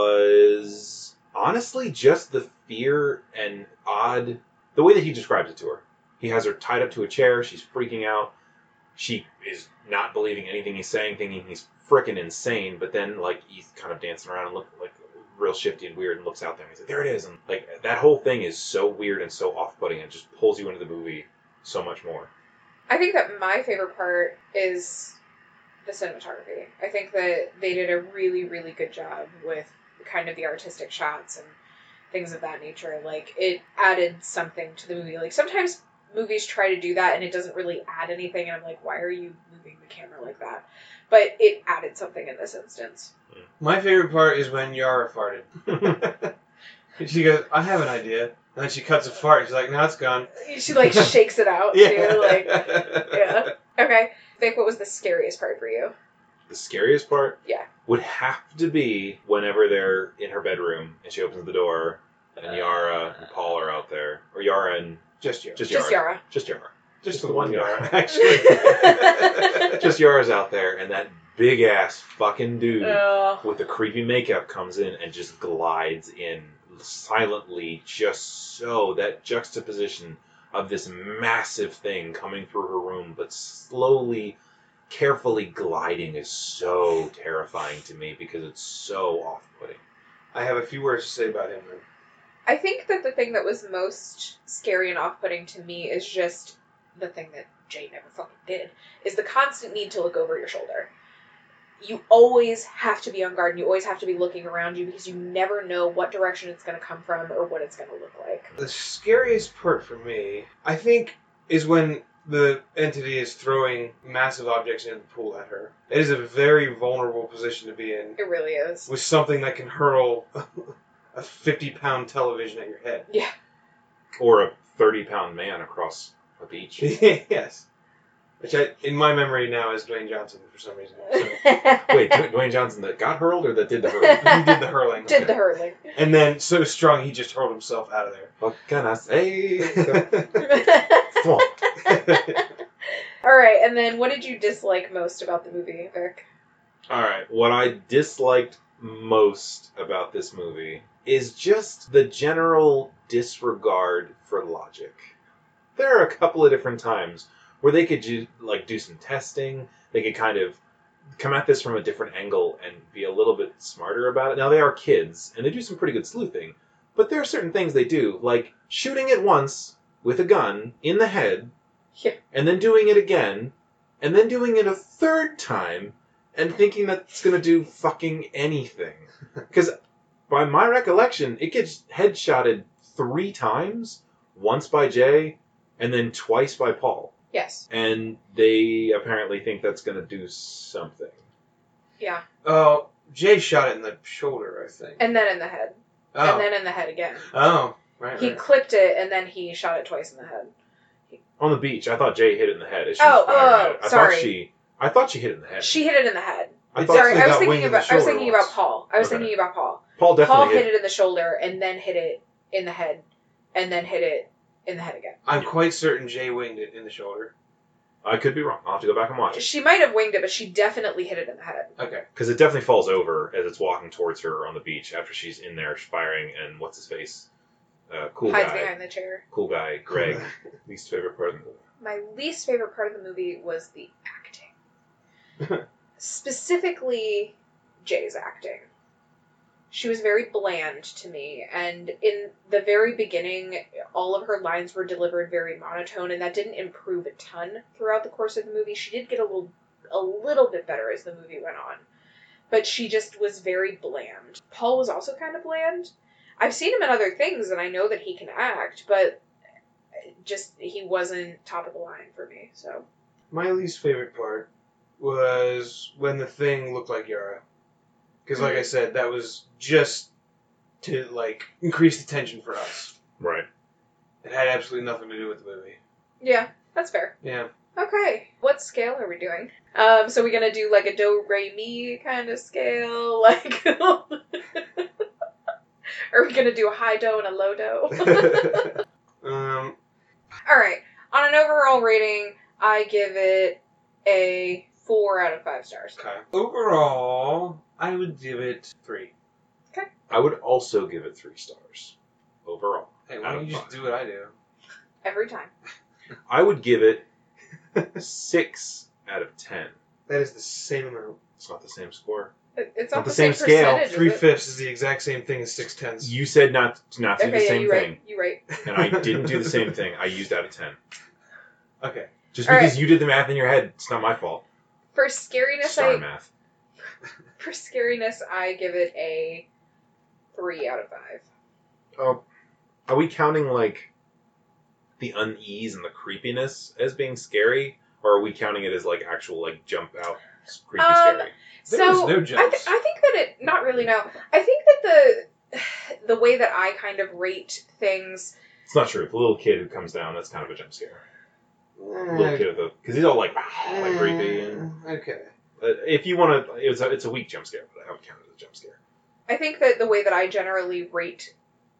was honestly just the fear and odd the way that he describes it to her. He has her tied up to a chair, she's freaking out. She is not believing anything he's saying, thinking he's freaking insane, but then like he's kind of dancing around and looking like real shifty and weird and looks out there and he's like, There it is and like that whole thing is so weird and so off putting and just pulls you into the movie so much more.
I think that my favorite part is the cinematography. I think that they did a really, really good job with kind of the artistic shots and things of that nature. Like, it added something to the movie. Like, sometimes movies try to do that and it doesn't really add anything, and I'm like, why are you moving the camera like that? But it added something in this instance.
My favorite part is when Yara farted. she goes, I have an idea. And then she cuts a fart. She's like, no, it's gone.
She, like, shakes it out,
Yeah.
too. Like, yeah. Okay. Vic, what was the scariest part for you?
the scariest part
Yeah.
would have to be whenever they're in her bedroom and she opens the door and Yara and Paul are out there. Or Yara and
Just Yara. Just,
just Yara.
Just Yara.
just
Just Yara.
the one Yara,
Actually.
actually.
Just Yara's out there and that big ass fucking dude
Oh.
with the creepy makeup comes in and just glides in silently just so that juxtaposition of this massive thing coming through her room but slowly carefully gliding is so terrifying to me because it's so off-putting
I have a few words to say about him. Then.
I think that the thing that was most scary and off putting to me is just the thing that Jay never fucking did is the constant need to look over your shoulder. You always have to be on guard and you always have to be looking around you because you never know what direction it's going to come from or what it's going to look like.
The scariest part for me, I think, is when the entity is throwing massive objects into the pool at her. It is a very vulnerable position to be in
It really is.
with something that can hurl a 50 pound television at your head.
Yeah.
or a 30 pound man across a beach
yes. Which I, in my memory now is Dwayne Johnson for some reason. So he
wait Dw- dwayne johnson that got hurled or that did the hurl
did the hurling.
did the hurling.
And then so strong he just hurled himself out of
what can i say
there.
Thwomp.
All right, and then what did you dislike most about the movie, Vic?
All right. What I disliked most about this movie is just the general disregard for logic. There are a couple of different times where they could do, like do some testing. They could kind of come at this from a different angle and be a little bit smarter about it. Now they are kids and they do some pretty good sleuthing, but there are certain things they do, like shooting at once with a gun in the head,
Yeah.
and then doing it again, and then doing it a third time and thinking that it's going to do fucking anything. Because by my recollection, it gets headshotted three times once by Jay and then twice by Paul.
Yes.
And they apparently think that's going to do something.
Yeah.
oh, Jay shot it in the shoulder, I think.
And then in the head.
oh.
And then in the head again.
oh, right.
He
right.
clipped it and then he shot it twice in the head.
On the beach, I thought Jay hit it in the head. As she
Oh,
was firing
oh,
at it. I
sorry.
Thought she, I thought she hit it in the head.
She hit it in the head.
I thought
Sorry,
she
I was
got winged
thinking
in the
about I was
shoulder
thinking
once.
about Paul. I was
Okay.
thinking about Paul.
Paul definitely
Paul
hit.
hit it in the shoulder and then hit it in the head and then hit it in the head again.
I'm quite certain Jay winged it in the shoulder.
I could be wrong. I'll have to go back and watch it.
She might have winged it, but she definitely hit it in the head.
Okay.
Because it definitely falls over as it's walking towards her on the beach after she's in there firing and what's his face? Uh, cool
Hides
guy.
behind the chair.
Cool guy, Greg. least favorite part of the movie.
My least favorite part of the movie was the acting. specifically Jay's acting. She was very bland to me, and in the very beginning, all of her lines were delivered very monotone, and that didn't improve a ton throughout the course of the movie. She did get a little a little bit better as the movie went on, but she just was very bland. Paul was also kind of bland. I've seen him in other things, and I know that he can act, but just he wasn't top of the line for me. So
My least favorite part was when the thing looked like Yara. Because, like I said, that was just to, like, increase the tension for us.
Right.
It had absolutely nothing to do with the movie.
yeah, that's fair.
Yeah.
Okay. What scale are we doing? Um, so we're gonna do like a do re mi kind of scale, like Are we gonna do a high do and a low do?
um,
Alright. On an overall rating, I give it a four out of five stars.
okay. Overall, I would give it three.
I would also give it three stars overall.
Hey, why don't you just do what I do?
Every time.
I would give it six out of ten.
That is the same amount.
It's not the same score.
It- It's
Not
not
the
the
same
same,
scale,
percentage. is
Three
it?
fifths is the exact same thing as six tenths.
You said not not to do
Okay,
the
yeah,
same
you
thing,
right. You right.
and I didn't do the same thing. I used out of ten.
Okay.
Just
All
because you did the math in your head, it's not my fault.
For scariness
Star
I
math.
for scariness I give it a three out of five.
Oh, are we counting like the unease and the creepiness as being scary, or are we counting it as like actual like jump out creepy
Um,
scary?
There
so
was no
I,
jumps.
th- I think that it not really no i think that the the way that i kind of rate things
It's not true. The little kid who comes down, that's kind of a jump scare.
Eh,
The little kid with the because he's all like, like creepy. And,
Okay.
uh, if you want to, it's a, it's a weak jump scare, but I would count it as a jump scare.
i think that the way that i generally rate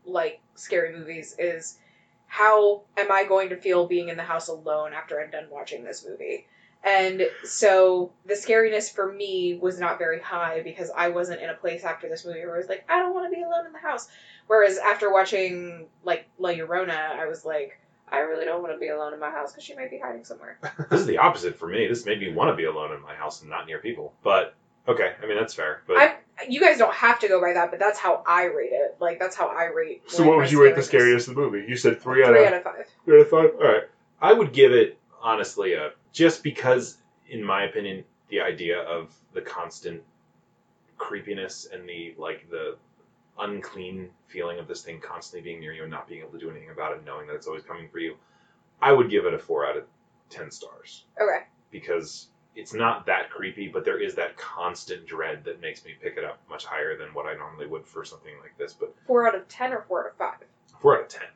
like scary movies is how am i going to feel being in the house alone after i'm done watching this movie and so the scariness for me was not very high because i wasn't in a place after this movie where i was like i don't want to be alone in the house whereas after watching like la llorona i was like i really don't want to be alone in my house because she might be hiding somewhere
this is the opposite for me. This made me want to be alone in my house and not near people. But okay, I mean that's fair. But
I you guys don't have to go by that, but that's how I rate it. Like that's how I rate.
so
like,
what
my
would you rate the
scariness.
scariest of the movie? You said
Three
three, out of
out of five.
You're at five. All right. I would give it honestly a just because, in my opinion, the idea of the constant creepiness and the like the unclean feeling of this thing constantly being near you and not being able to do anything about it, knowing that it's always coming for you. I would give it a four out of ten stars
Okay.
because it's not that creepy, but there is that constant dread that makes me pick it up much higher than what I normally would for something like this. But
Four out of ten or four out of five.
four out of ten.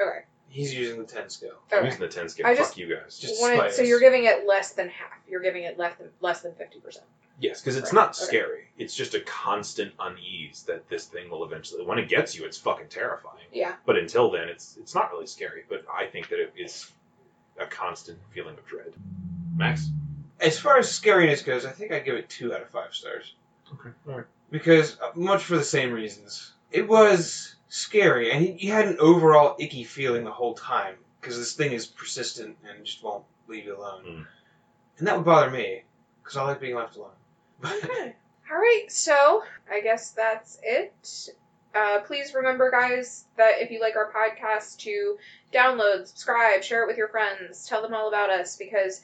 Okay.
He's using the 10 scale.
I'm
Okay.
using the ten scale.
I
Fuck
just
you guys.
just
Wanted-
spice.
so you're giving it less than half. You're giving it less than less than fifty percent.
Yes, because it's
Right,
not
okay.
scary. It's just a constant unease that this thing will eventually. When it gets you, it's fucking terrifying.
Yeah.
But until then, it's it's not really scary. But I think that it is a constant feeling of dread. Max.
As far as scariness goes, I think I give it two out of five stars.
Okay. All right.
Because, uh, much for the same reasons. It was scary, and he, he had an overall icky feeling the whole time. Because this thing is persistent and just won't leave you alone.
Mm.
And that would bother me, because I like being left alone. But
Okay. All right. So I guess that's it. Uh, please remember, guys, that if you like our podcast, to download, subscribe, share it with your friends, tell them all about us because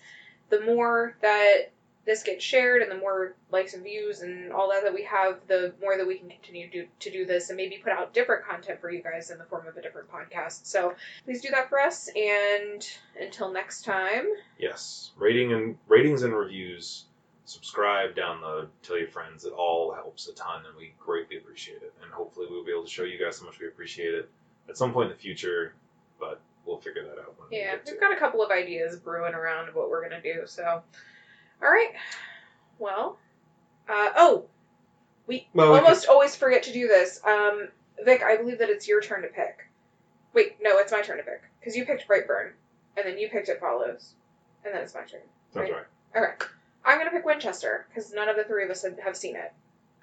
the more that this gets shared and the more likes and views and all that that we have, the more that we can continue to, to do this and maybe put out different content for you guys in the form of a different podcast. So please do that for us. And until next time,
Yes. Rating and ratings and reviews. Subscribe, download, tell your friends. It all helps a ton, and we greatly appreciate it. And hopefully, we'll be able to show you guys how much we appreciate it at some point in the future. But we'll figure that out. When
yeah,
We get to
we've
it.
got a couple of ideas brewing around what we're going to do. So, all right. Well, uh, oh, we
Well, we
almost always forget to do this. Um, Vic, I believe that it's your turn to pick. Wait, no, it's my turn to pick because you picked Brightburn, and then you picked It Follows, and then it's my turn.
Sounds right.
Okay, I'm gonna pick Winchester because none of the three of us have, have seen it.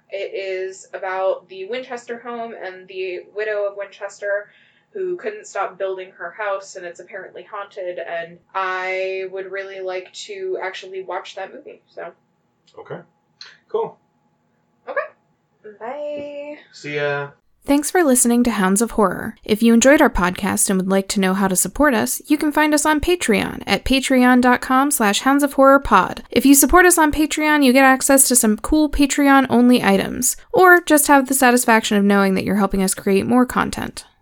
It is about the Winchester home and the widow of Winchester who couldn't stop building her house and it's apparently haunted and I would really like to actually watch that movie. So
Okay. Cool.
Bye.
See uh, ya.
Thanks for listening to Hounds of Horror. If you enjoyed our podcast and would like to know how to support us, you can find us on Patreon at patreon.com slash houndsofhorrorpod. If you support us on Patreon, you get access to some cool Patreon-only items, or just have the satisfaction of knowing that you're helping us create more content.